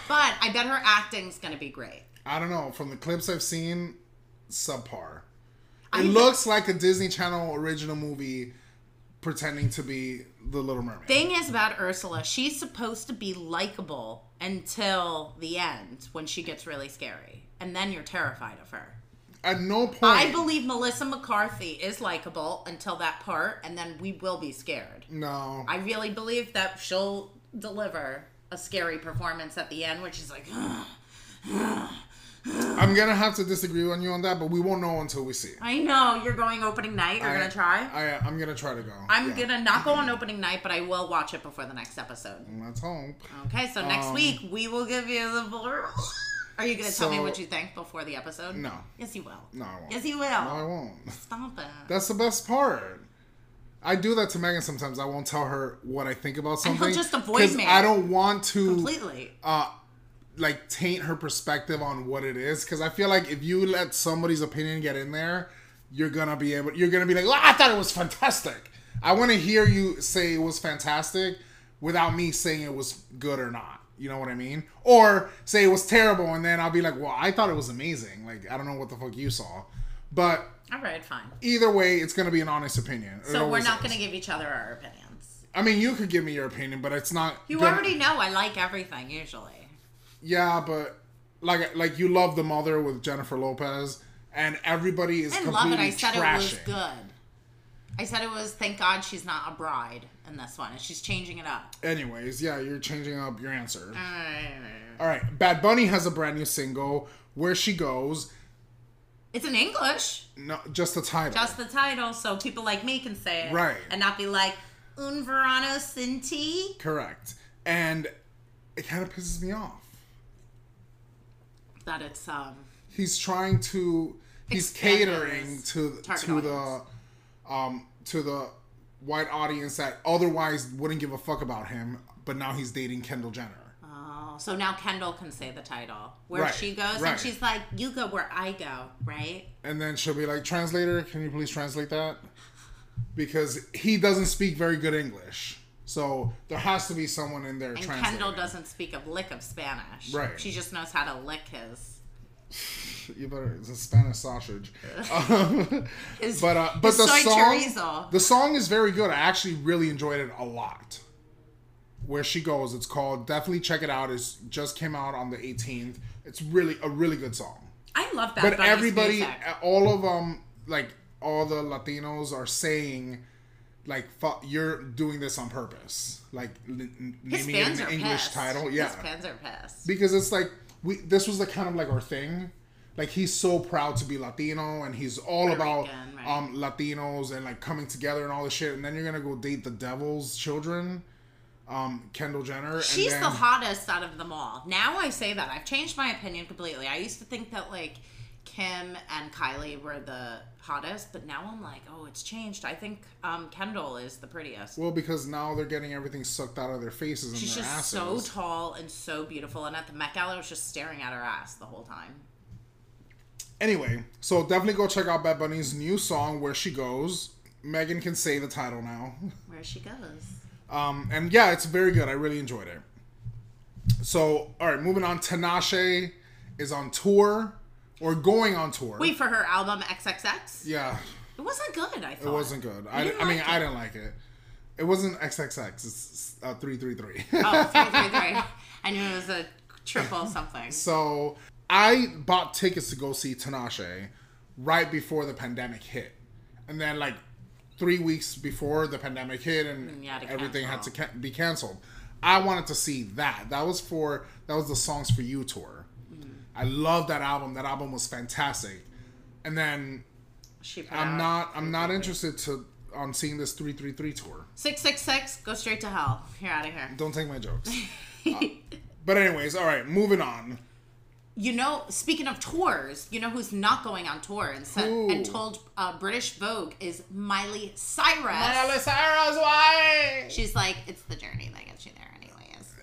[SPEAKER 2] But I bet her acting's going to be great.
[SPEAKER 1] I don't know. From the clips I've seen, subpar. It
[SPEAKER 2] I-
[SPEAKER 1] looks like a Disney Channel original movie pretending to be The Little Mermaid.
[SPEAKER 2] Thing is about Ursula, she's supposed to be likable until the end when she gets really scary. And then you're terrified of her.
[SPEAKER 1] At no point.
[SPEAKER 2] I believe Melissa McCarthy is likable until that part, and then we will be scared.
[SPEAKER 1] no.
[SPEAKER 2] I really believe that she'll deliver a scary performance at the end where she's like,
[SPEAKER 1] I'm going to have to disagree on you on that, but we won't know until we see it.
[SPEAKER 2] I know you're going opening night. You're going to try.
[SPEAKER 1] I, I'm going to try to go.
[SPEAKER 2] I'm
[SPEAKER 1] Yeah.
[SPEAKER 2] gonna not go on opening night, but I will watch it before the next episode.
[SPEAKER 1] Let's hope.
[SPEAKER 2] Okay, so
[SPEAKER 1] Um,
[SPEAKER 2] next week we will give you the full. Are you gonna tell me
[SPEAKER 1] So-
[SPEAKER 2] what you think before the episode?
[SPEAKER 1] No.
[SPEAKER 2] Yes, you will.
[SPEAKER 1] No, I won't.
[SPEAKER 2] Yes, you will.
[SPEAKER 1] No, I won't.
[SPEAKER 2] Stop it.
[SPEAKER 1] That's the best part. I do that to Megan sometimes. I won't tell her what I think about
[SPEAKER 2] And
[SPEAKER 1] something.
[SPEAKER 2] he'll just avoid
[SPEAKER 1] 'cause
[SPEAKER 2] me.
[SPEAKER 1] I don't want to
[SPEAKER 2] Completely.
[SPEAKER 1] uh like taint her perspective on what it is because i feel like if you let somebody's opinion get in there you're gonna be able you're gonna be like well, i thought it was fantastic i want to hear you say it was fantastic without me saying it was good or not you know what i mean or say it was terrible and then i'll be like well i thought it was amazing like i don't know what the fuck you saw but
[SPEAKER 2] All right, fine.
[SPEAKER 1] either way it's gonna be an honest opinion It
[SPEAKER 2] So we're
[SPEAKER 1] always
[SPEAKER 2] not
[SPEAKER 1] is.
[SPEAKER 2] gonna give each other our opinions.
[SPEAKER 1] i mean you could give me your opinion but it's not
[SPEAKER 2] You
[SPEAKER 1] gonna-
[SPEAKER 2] already know I like everything usually.
[SPEAKER 1] Yeah, but like like you love the mother with Jennifer Lopez, and everybody is
[SPEAKER 2] I didn't love
[SPEAKER 1] completely
[SPEAKER 2] it. I said
[SPEAKER 1] trashing.
[SPEAKER 2] it was good. I said it was. Thank God she's not a bride in this one, and she's changing it up.
[SPEAKER 1] Anyways, yeah, you're changing up your answer. All right, Bad Bunny has a brand new single. Where she goes,
[SPEAKER 2] It's in English.
[SPEAKER 1] no, just the title.
[SPEAKER 2] Just the title, so people like me can say it.
[SPEAKER 1] Right.
[SPEAKER 2] And not be like, Un verano sin ti.
[SPEAKER 1] correct, and it kind of pisses me off.
[SPEAKER 2] That it's, um,
[SPEAKER 1] He's trying to he's
[SPEAKER 2] Expand
[SPEAKER 1] catering
[SPEAKER 2] his
[SPEAKER 1] to
[SPEAKER 2] target
[SPEAKER 1] to the um to the white audience that otherwise wouldn't give a fuck about him, but now he's dating Kendall Jenner.
[SPEAKER 2] oh, so now Kendall can say the title. Where
[SPEAKER 1] Right,
[SPEAKER 2] she goes,
[SPEAKER 1] right.
[SPEAKER 2] and she's like, you go where I go, right?
[SPEAKER 1] And then she'll be like, translator, can you please translate that? Because he doesn't speak very good English. So there has to be someone in there
[SPEAKER 2] And
[SPEAKER 1] translating.
[SPEAKER 2] Kendall doesn't speak a lick of Spanish.
[SPEAKER 1] Right.
[SPEAKER 2] She just knows how to lick his.
[SPEAKER 1] You better, it's a Spanish sausage. Um,
[SPEAKER 2] His-
[SPEAKER 1] but uh, but
[SPEAKER 2] his
[SPEAKER 1] the
[SPEAKER 2] soy
[SPEAKER 1] song,
[SPEAKER 2] chorizo.
[SPEAKER 1] the song is very good. I actually really enjoyed it a lot. Where she goes, it's called. Definitely check it out. It's just came out on the 18th. It's really a really good song.
[SPEAKER 2] I love that.
[SPEAKER 1] but everybody all of them like all the latinos are saying like fuck you're doing this on purpose like l- n-
[SPEAKER 2] his
[SPEAKER 1] naming it
[SPEAKER 2] fans
[SPEAKER 1] an
[SPEAKER 2] are
[SPEAKER 1] english
[SPEAKER 2] pissed.
[SPEAKER 1] title yeah
[SPEAKER 2] His fans are pissed.
[SPEAKER 1] because it's like we this was the kind of like our thing like he's so proud to be latino and he's all about
[SPEAKER 2] Rican, right.
[SPEAKER 1] um latinos and like coming together and all this shit and then you're gonna go date the devil's children um kendall jenner
[SPEAKER 2] She's
[SPEAKER 1] and
[SPEAKER 2] the
[SPEAKER 1] then,
[SPEAKER 2] hottest out of them all. Now I say that. I've changed my opinion completely. I used to think that like Kim and Kylie were the hottest, but now I'm like, oh, it's changed. I think um, Kendall is the prettiest.
[SPEAKER 1] well because now they're getting everything sucked out of their faces and
[SPEAKER 2] She's
[SPEAKER 1] their
[SPEAKER 2] just so
[SPEAKER 1] asses
[SPEAKER 2] tall and so beautiful. And at the Met Gala, I was just staring at her ass the whole time.
[SPEAKER 1] Anyway, so definitely go check out Bad Bunny's new song "Where She Goes." Megan can say the title now,
[SPEAKER 2] Where she goes.
[SPEAKER 1] um, and yeah, it's very good. I really enjoyed it. So, all right, moving on. Tinashe is on tour or going on tour.
[SPEAKER 2] Wait for her album XXX.
[SPEAKER 1] Yeah,
[SPEAKER 2] It wasn't good. I thought
[SPEAKER 1] it wasn't good. I,
[SPEAKER 2] didn't
[SPEAKER 1] I mean,
[SPEAKER 2] like
[SPEAKER 1] I didn't like it. It wasn't XXX. It's uh, three three three.
[SPEAKER 2] Oh, three, three, three. I knew it was a triple something.
[SPEAKER 1] So I bought tickets to go see Tinashe right before the pandemic hit, and then like three weeks before the pandemic hit, and
[SPEAKER 2] you had to
[SPEAKER 1] everything had to
[SPEAKER 2] cancel.
[SPEAKER 1] ca- be canceled. I wanted to see that. That was for that was the Songs for You tour.
[SPEAKER 2] Mm.
[SPEAKER 1] I love that album. That album was fantastic. And then
[SPEAKER 2] She put
[SPEAKER 1] I'm
[SPEAKER 2] out
[SPEAKER 1] not I'm not interested to on seeing this 333 tour.
[SPEAKER 2] six six six. Go straight to hell. You're out of here.
[SPEAKER 1] Don't take my jokes. Uh, but anyways, all right, moving on.
[SPEAKER 2] You know, speaking of tours, you know who's not going on tour and said
[SPEAKER 1] Who?
[SPEAKER 2] and told uh, British Vogue is Miley Cyrus.
[SPEAKER 1] Cyrus, why?
[SPEAKER 2] She's like, it's the journey that gets you there, anyways.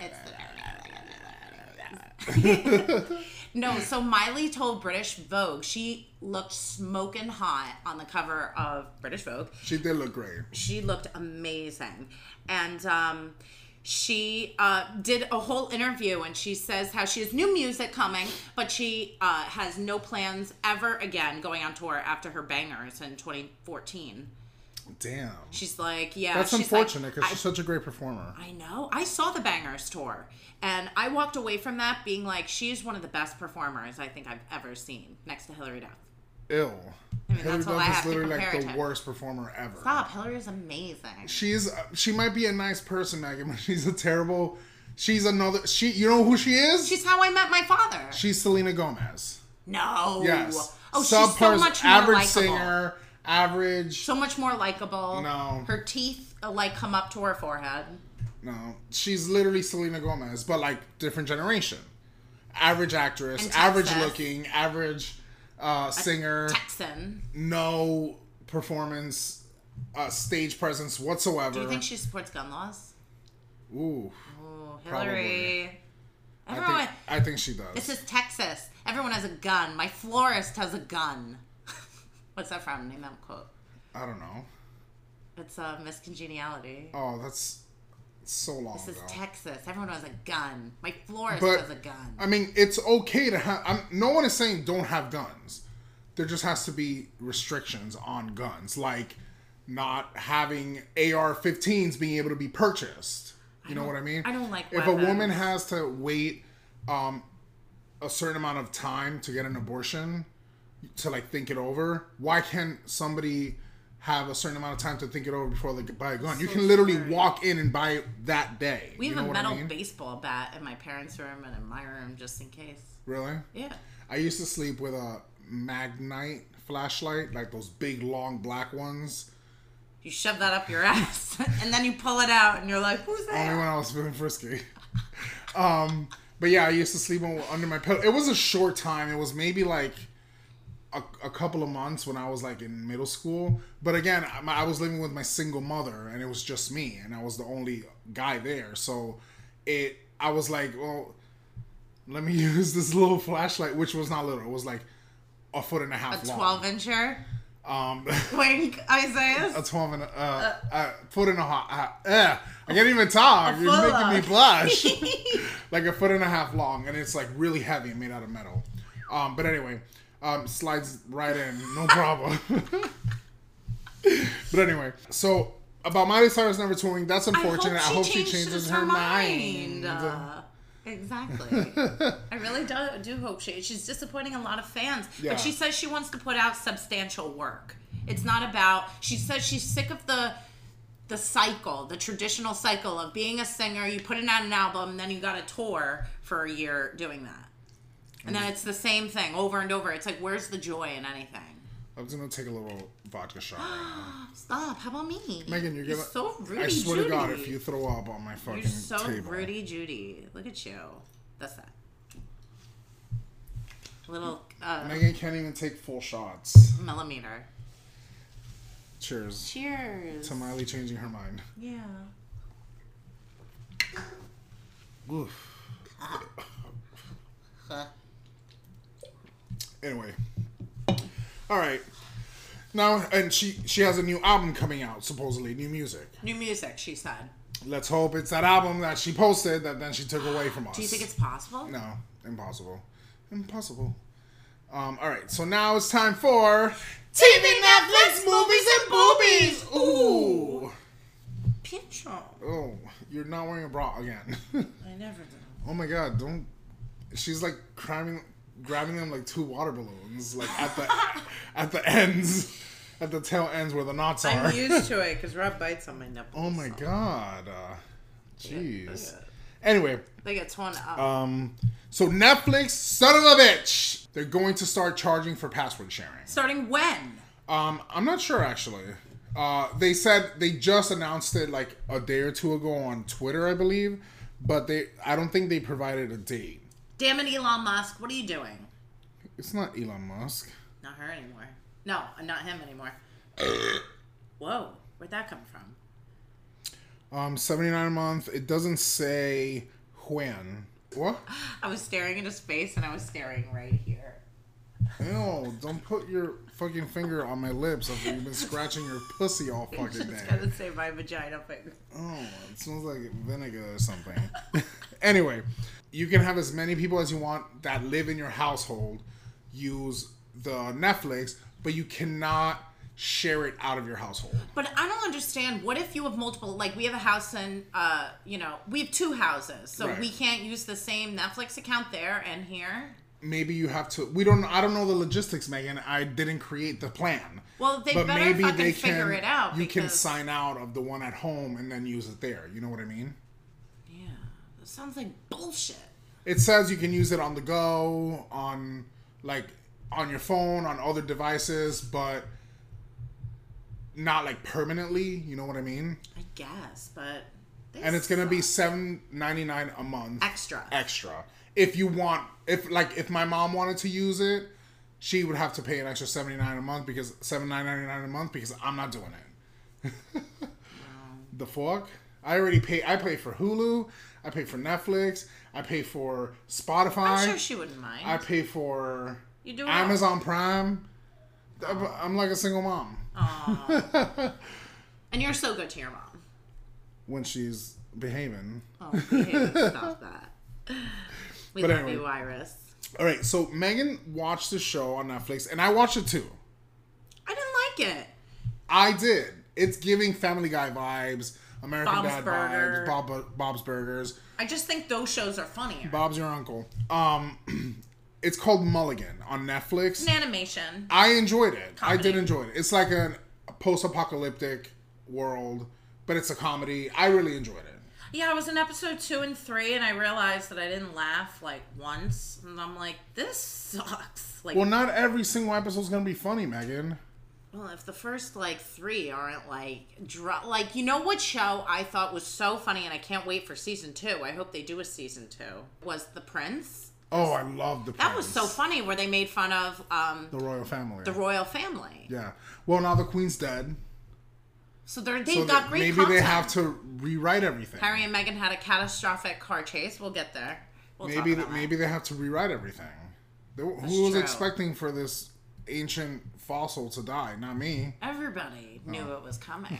[SPEAKER 2] It's the journey that gets you there, anyways." no, so Miley told British Vogue she looked smoking hot on the cover of British Vogue.
[SPEAKER 1] She did look great.
[SPEAKER 2] She looked amazing. And um, she uh, did a whole interview and she says how she has new music coming, but she uh, has no plans ever again going on tour after her bangers in 2014.
[SPEAKER 1] Damn.
[SPEAKER 2] She's like, yeah.
[SPEAKER 1] That's
[SPEAKER 2] she's like,
[SPEAKER 1] unfortunate because
[SPEAKER 2] "I-
[SPEAKER 1] she's such a great performer.
[SPEAKER 2] I know. I saw the Bangers tour and I walked away from that being like, she's one of the best performers I think I've ever seen next to Hillary Duff.
[SPEAKER 1] Ew.
[SPEAKER 2] I mean,
[SPEAKER 1] Hilary
[SPEAKER 2] that's all I
[SPEAKER 1] Duff
[SPEAKER 2] have
[SPEAKER 1] is
[SPEAKER 2] to
[SPEAKER 1] literally like
[SPEAKER 2] compare
[SPEAKER 1] the
[SPEAKER 2] it to.
[SPEAKER 1] worst performer ever.
[SPEAKER 2] Stop. Hillary is amazing.
[SPEAKER 1] She's uh, she might be a nice person, Megan, but she's a terrible. She's another. She you know who she is?
[SPEAKER 2] She's how I met my father.
[SPEAKER 1] she's Selena Gomez.
[SPEAKER 2] no.
[SPEAKER 1] Yes.
[SPEAKER 2] Oh, she's so
[SPEAKER 1] Subpar-
[SPEAKER 2] much more
[SPEAKER 1] average
[SPEAKER 2] likable.
[SPEAKER 1] singer. Average.
[SPEAKER 2] So much more likable.
[SPEAKER 1] No.
[SPEAKER 2] Her teeth uh, like come up to her forehead.
[SPEAKER 1] No, she's literally Selena Gomez, but like different generation. Average actress,
[SPEAKER 2] And
[SPEAKER 1] average
[SPEAKER 2] Texas.
[SPEAKER 1] looking, average uh, singer.
[SPEAKER 2] Texan.
[SPEAKER 1] no performance, uh, stage presence whatsoever.
[SPEAKER 2] Do you think she supports gun laws?
[SPEAKER 1] Ooh,
[SPEAKER 2] Oh,
[SPEAKER 1] Probably.
[SPEAKER 2] Hillary.
[SPEAKER 1] I
[SPEAKER 2] Everyone.
[SPEAKER 1] think, I think she does.
[SPEAKER 2] This is Texas. Everyone has a gun. My florist has a gun. What's that from? Name that quote.
[SPEAKER 1] I don't know.
[SPEAKER 2] It's uh, Miss Congeniality.
[SPEAKER 1] Oh, that's so long
[SPEAKER 2] this is
[SPEAKER 1] ago.
[SPEAKER 2] Texas. Everyone has a gun. My florist
[SPEAKER 1] But-
[SPEAKER 2] has a gun.
[SPEAKER 1] I mean, it's okay to have. I'm, no one is saying don't have guns. There just has to be restrictions on guns, like not having AR-15s being able to be purchased. You know what I mean?
[SPEAKER 2] I don't like
[SPEAKER 1] if a
[SPEAKER 2] weapons.
[SPEAKER 1] woman has to wait um, a certain amount of time to get an abortion to like think it over. Why can't somebody have a certain amount of time to think it over before they buy a gun? you
[SPEAKER 2] So
[SPEAKER 1] can literally
[SPEAKER 2] scary.
[SPEAKER 1] walk in and buy it that day.
[SPEAKER 2] we
[SPEAKER 1] you
[SPEAKER 2] have
[SPEAKER 1] know
[SPEAKER 2] a
[SPEAKER 1] what
[SPEAKER 2] metal
[SPEAKER 1] I mean?
[SPEAKER 2] baseball bat in my parents' room and in my room just in case.
[SPEAKER 1] Really?
[SPEAKER 2] Yeah.
[SPEAKER 1] I used to sleep with a Magnite flashlight, like those big long black ones.
[SPEAKER 2] You shove that up your ass and then you pull it out and you're like, who's
[SPEAKER 1] Only when
[SPEAKER 2] that?
[SPEAKER 1] I was feeling frisky. um, but yeah, I used to sleep on, under my pillow. It was a short time. It was maybe like a, a couple of months when I was like in middle school. But again, I, my- I was living with my single mother, and it was just me, and I was the only guy there. So it, I was like, well, let me use this little flashlight, which was not little. It was like a foot and a
[SPEAKER 2] A
[SPEAKER 1] half long.
[SPEAKER 2] 12 incher?
[SPEAKER 1] Um,
[SPEAKER 2] Wink, Isaiah.
[SPEAKER 1] a 12 and a, uh, uh, foot and a half. Uh, uh, I can't even talk. You're making
[SPEAKER 2] long.
[SPEAKER 1] me blush. like a foot and a half long, and it's like really heavy and made out of metal. Um, but anyway, um, slides right in, no problem. but anyway, so about Miley Cyrus never touring, that's unfortunate. I hope she, changes her mind.
[SPEAKER 2] Uh, exactly. I really do, do hope she. She's disappointing a lot of fans,
[SPEAKER 1] Yeah.
[SPEAKER 2] but she says she wants to put out substantial work. It's not about. She says she's sick of the the cycle, the traditional cycle of being a singer. You put in out an album, then you got a tour for a year doing that, and then it's the same thing over and over. It's like, where's the joy in anything?
[SPEAKER 1] I'm just gonna take a little vodka shot. right
[SPEAKER 2] Stop. How about me,
[SPEAKER 1] now. Megan, you're gonna.
[SPEAKER 2] so rudy.
[SPEAKER 1] I swear to God,
[SPEAKER 2] Judy.
[SPEAKER 1] if you throw up on my fucking
[SPEAKER 2] You're so
[SPEAKER 1] table,
[SPEAKER 2] Rudy Judy. Look at you. That's that. Little uh,
[SPEAKER 1] Megan can't even take full shots.
[SPEAKER 2] millimeter.
[SPEAKER 1] Cheers.
[SPEAKER 2] Cheers.
[SPEAKER 1] to Miley changing her mind.
[SPEAKER 2] Yeah.
[SPEAKER 1] Oof. anyway, all right. Now, and she she has a new album coming out, supposedly new music.
[SPEAKER 2] New music, she said.
[SPEAKER 1] Let's hope it's that album that she posted that then she took away from us.
[SPEAKER 2] Do you think it's possible?
[SPEAKER 1] no impossible? Impossible. Um, all right, so now it's time for TV, Netflix, movies, and boobies. Ooh.
[SPEAKER 2] Pincho.
[SPEAKER 1] Oh, you're not wearing a bra again.
[SPEAKER 2] I never do.
[SPEAKER 1] oh my god, don't. She's like cramming, grabbing them like two water balloons, like at the at the ends, at the tail ends where the knots are.
[SPEAKER 2] I'm used to it because Rob bites on my nipples.
[SPEAKER 1] oh my
[SPEAKER 2] so
[SPEAKER 1] god. Uh, jeez.
[SPEAKER 2] Yeah.
[SPEAKER 1] Anyway,
[SPEAKER 2] They get torn up.
[SPEAKER 1] um, so Netflix, son of a bitch, they're going to start charging for password sharing.
[SPEAKER 2] Starting when?
[SPEAKER 1] Um, I'm not sure actually. Uh, they said they just announced it like a day or two ago on Twitter, I believe, but they I don't think they provided a date.
[SPEAKER 2] Damn it, Elon Musk. What are you doing?
[SPEAKER 1] It's not Elon Musk.
[SPEAKER 2] Not her anymore. No, not him anymore. Whoa, where'd that come from?
[SPEAKER 1] Um, 79 a month. It doesn't say when. What?
[SPEAKER 2] I was staring into space and I was staring right here.
[SPEAKER 1] No, don't put your fucking finger on my lips after you've been scratching your pussy all
[SPEAKER 2] I
[SPEAKER 1] fucking
[SPEAKER 2] just
[SPEAKER 1] day.
[SPEAKER 2] gotta say my vagina finger.
[SPEAKER 1] Oh, it smells like vinegar or something. anyway, you can have as many people as you want that live in your household use the Netflix, but you cannot share it out of your household.
[SPEAKER 2] But I don't understand. What if you have multiple? Like we have a house in, uh, you know, we have two houses, so
[SPEAKER 1] Right.
[SPEAKER 2] we can't use the same Netflix account there and here.
[SPEAKER 1] Maybe you have to. We don't. I don't know the logistics, Megan. I didn't create the plan.
[SPEAKER 2] Well, they better fucking figure it out
[SPEAKER 1] You can
[SPEAKER 2] because-
[SPEAKER 1] sign out of the one at home and then use it there. You know what I mean?
[SPEAKER 2] Yeah, that sounds like bullshit.
[SPEAKER 1] it says you can use it on the go on like on your phone on other devices but not like permanently you know what i mean
[SPEAKER 2] I guess, but they
[SPEAKER 1] and it's gonna be
[SPEAKER 2] suck.
[SPEAKER 1] 7.99 a month
[SPEAKER 2] extra.
[SPEAKER 1] extra if you want if like if my mom wanted to use it she would have to pay an extra 79 a month because 79.99 a month because i'm not doing it the fuck i already pay i pay for hulu i pay for netflix i pay for spotify
[SPEAKER 2] I'm sure she wouldn't mind.
[SPEAKER 1] I pay for
[SPEAKER 2] You do Oh. it all.
[SPEAKER 1] Amazon Prime. I'm I'm like a single mom
[SPEAKER 2] Oh. and you're so good to your mom.
[SPEAKER 1] when she's behaving.
[SPEAKER 2] Oh, we hate to stop that. We
[SPEAKER 1] But
[SPEAKER 2] love
[SPEAKER 1] anyway.
[SPEAKER 2] you, Iris.
[SPEAKER 1] All right, so Megan watched the show on Netflix, and I watched it too.
[SPEAKER 2] I didn't like it.
[SPEAKER 1] I did. It's giving Family Guy vibes, American
[SPEAKER 2] Bob's
[SPEAKER 1] Dad
[SPEAKER 2] Burger.
[SPEAKER 1] vibes, Bob, Bob's Burgers,
[SPEAKER 2] I just think those shows are funnier.
[SPEAKER 1] Bob's Your Uncle. Um, it's called Mulligan on Netflix.
[SPEAKER 2] It's an animation.
[SPEAKER 1] I enjoyed it. I did
[SPEAKER 2] Comedy.
[SPEAKER 1] enjoy it. It's like an- a post-apocalyptic world, but it's a comedy. I really enjoyed it.
[SPEAKER 2] Yeah, I was in episode two and three, and I realized that I didn't laugh like once, and I'm like, this sucks. Like,
[SPEAKER 1] Well,
[SPEAKER 2] well,
[SPEAKER 1] not every single episode's gonna be funny, Megan.
[SPEAKER 2] if the first like three aren't like dr- like you know what show I thought was so funny, and I can't wait for season two. I hope they do a season two. Was The Prince?
[SPEAKER 1] Oh, I love the.
[SPEAKER 2] That was so
[SPEAKER 1] Prince.
[SPEAKER 2] funny, where they made fun of um
[SPEAKER 1] The royal family.
[SPEAKER 2] the royal family.
[SPEAKER 1] yeah. Well, now the queen's dead,
[SPEAKER 2] So they're, they've
[SPEAKER 1] so
[SPEAKER 2] got
[SPEAKER 1] that-
[SPEAKER 2] great
[SPEAKER 1] maybe
[SPEAKER 2] content.
[SPEAKER 1] they have to rewrite everything.
[SPEAKER 2] Harry and Meghan had a catastrophic car chase. We'll get there. We'll talk
[SPEAKER 1] maybe
[SPEAKER 2] about that.
[SPEAKER 1] maybe they have to rewrite everything. They- who was
[SPEAKER 2] true.
[SPEAKER 1] expecting for this ancient fossil to die? Not me.
[SPEAKER 2] Everybody knew it was coming.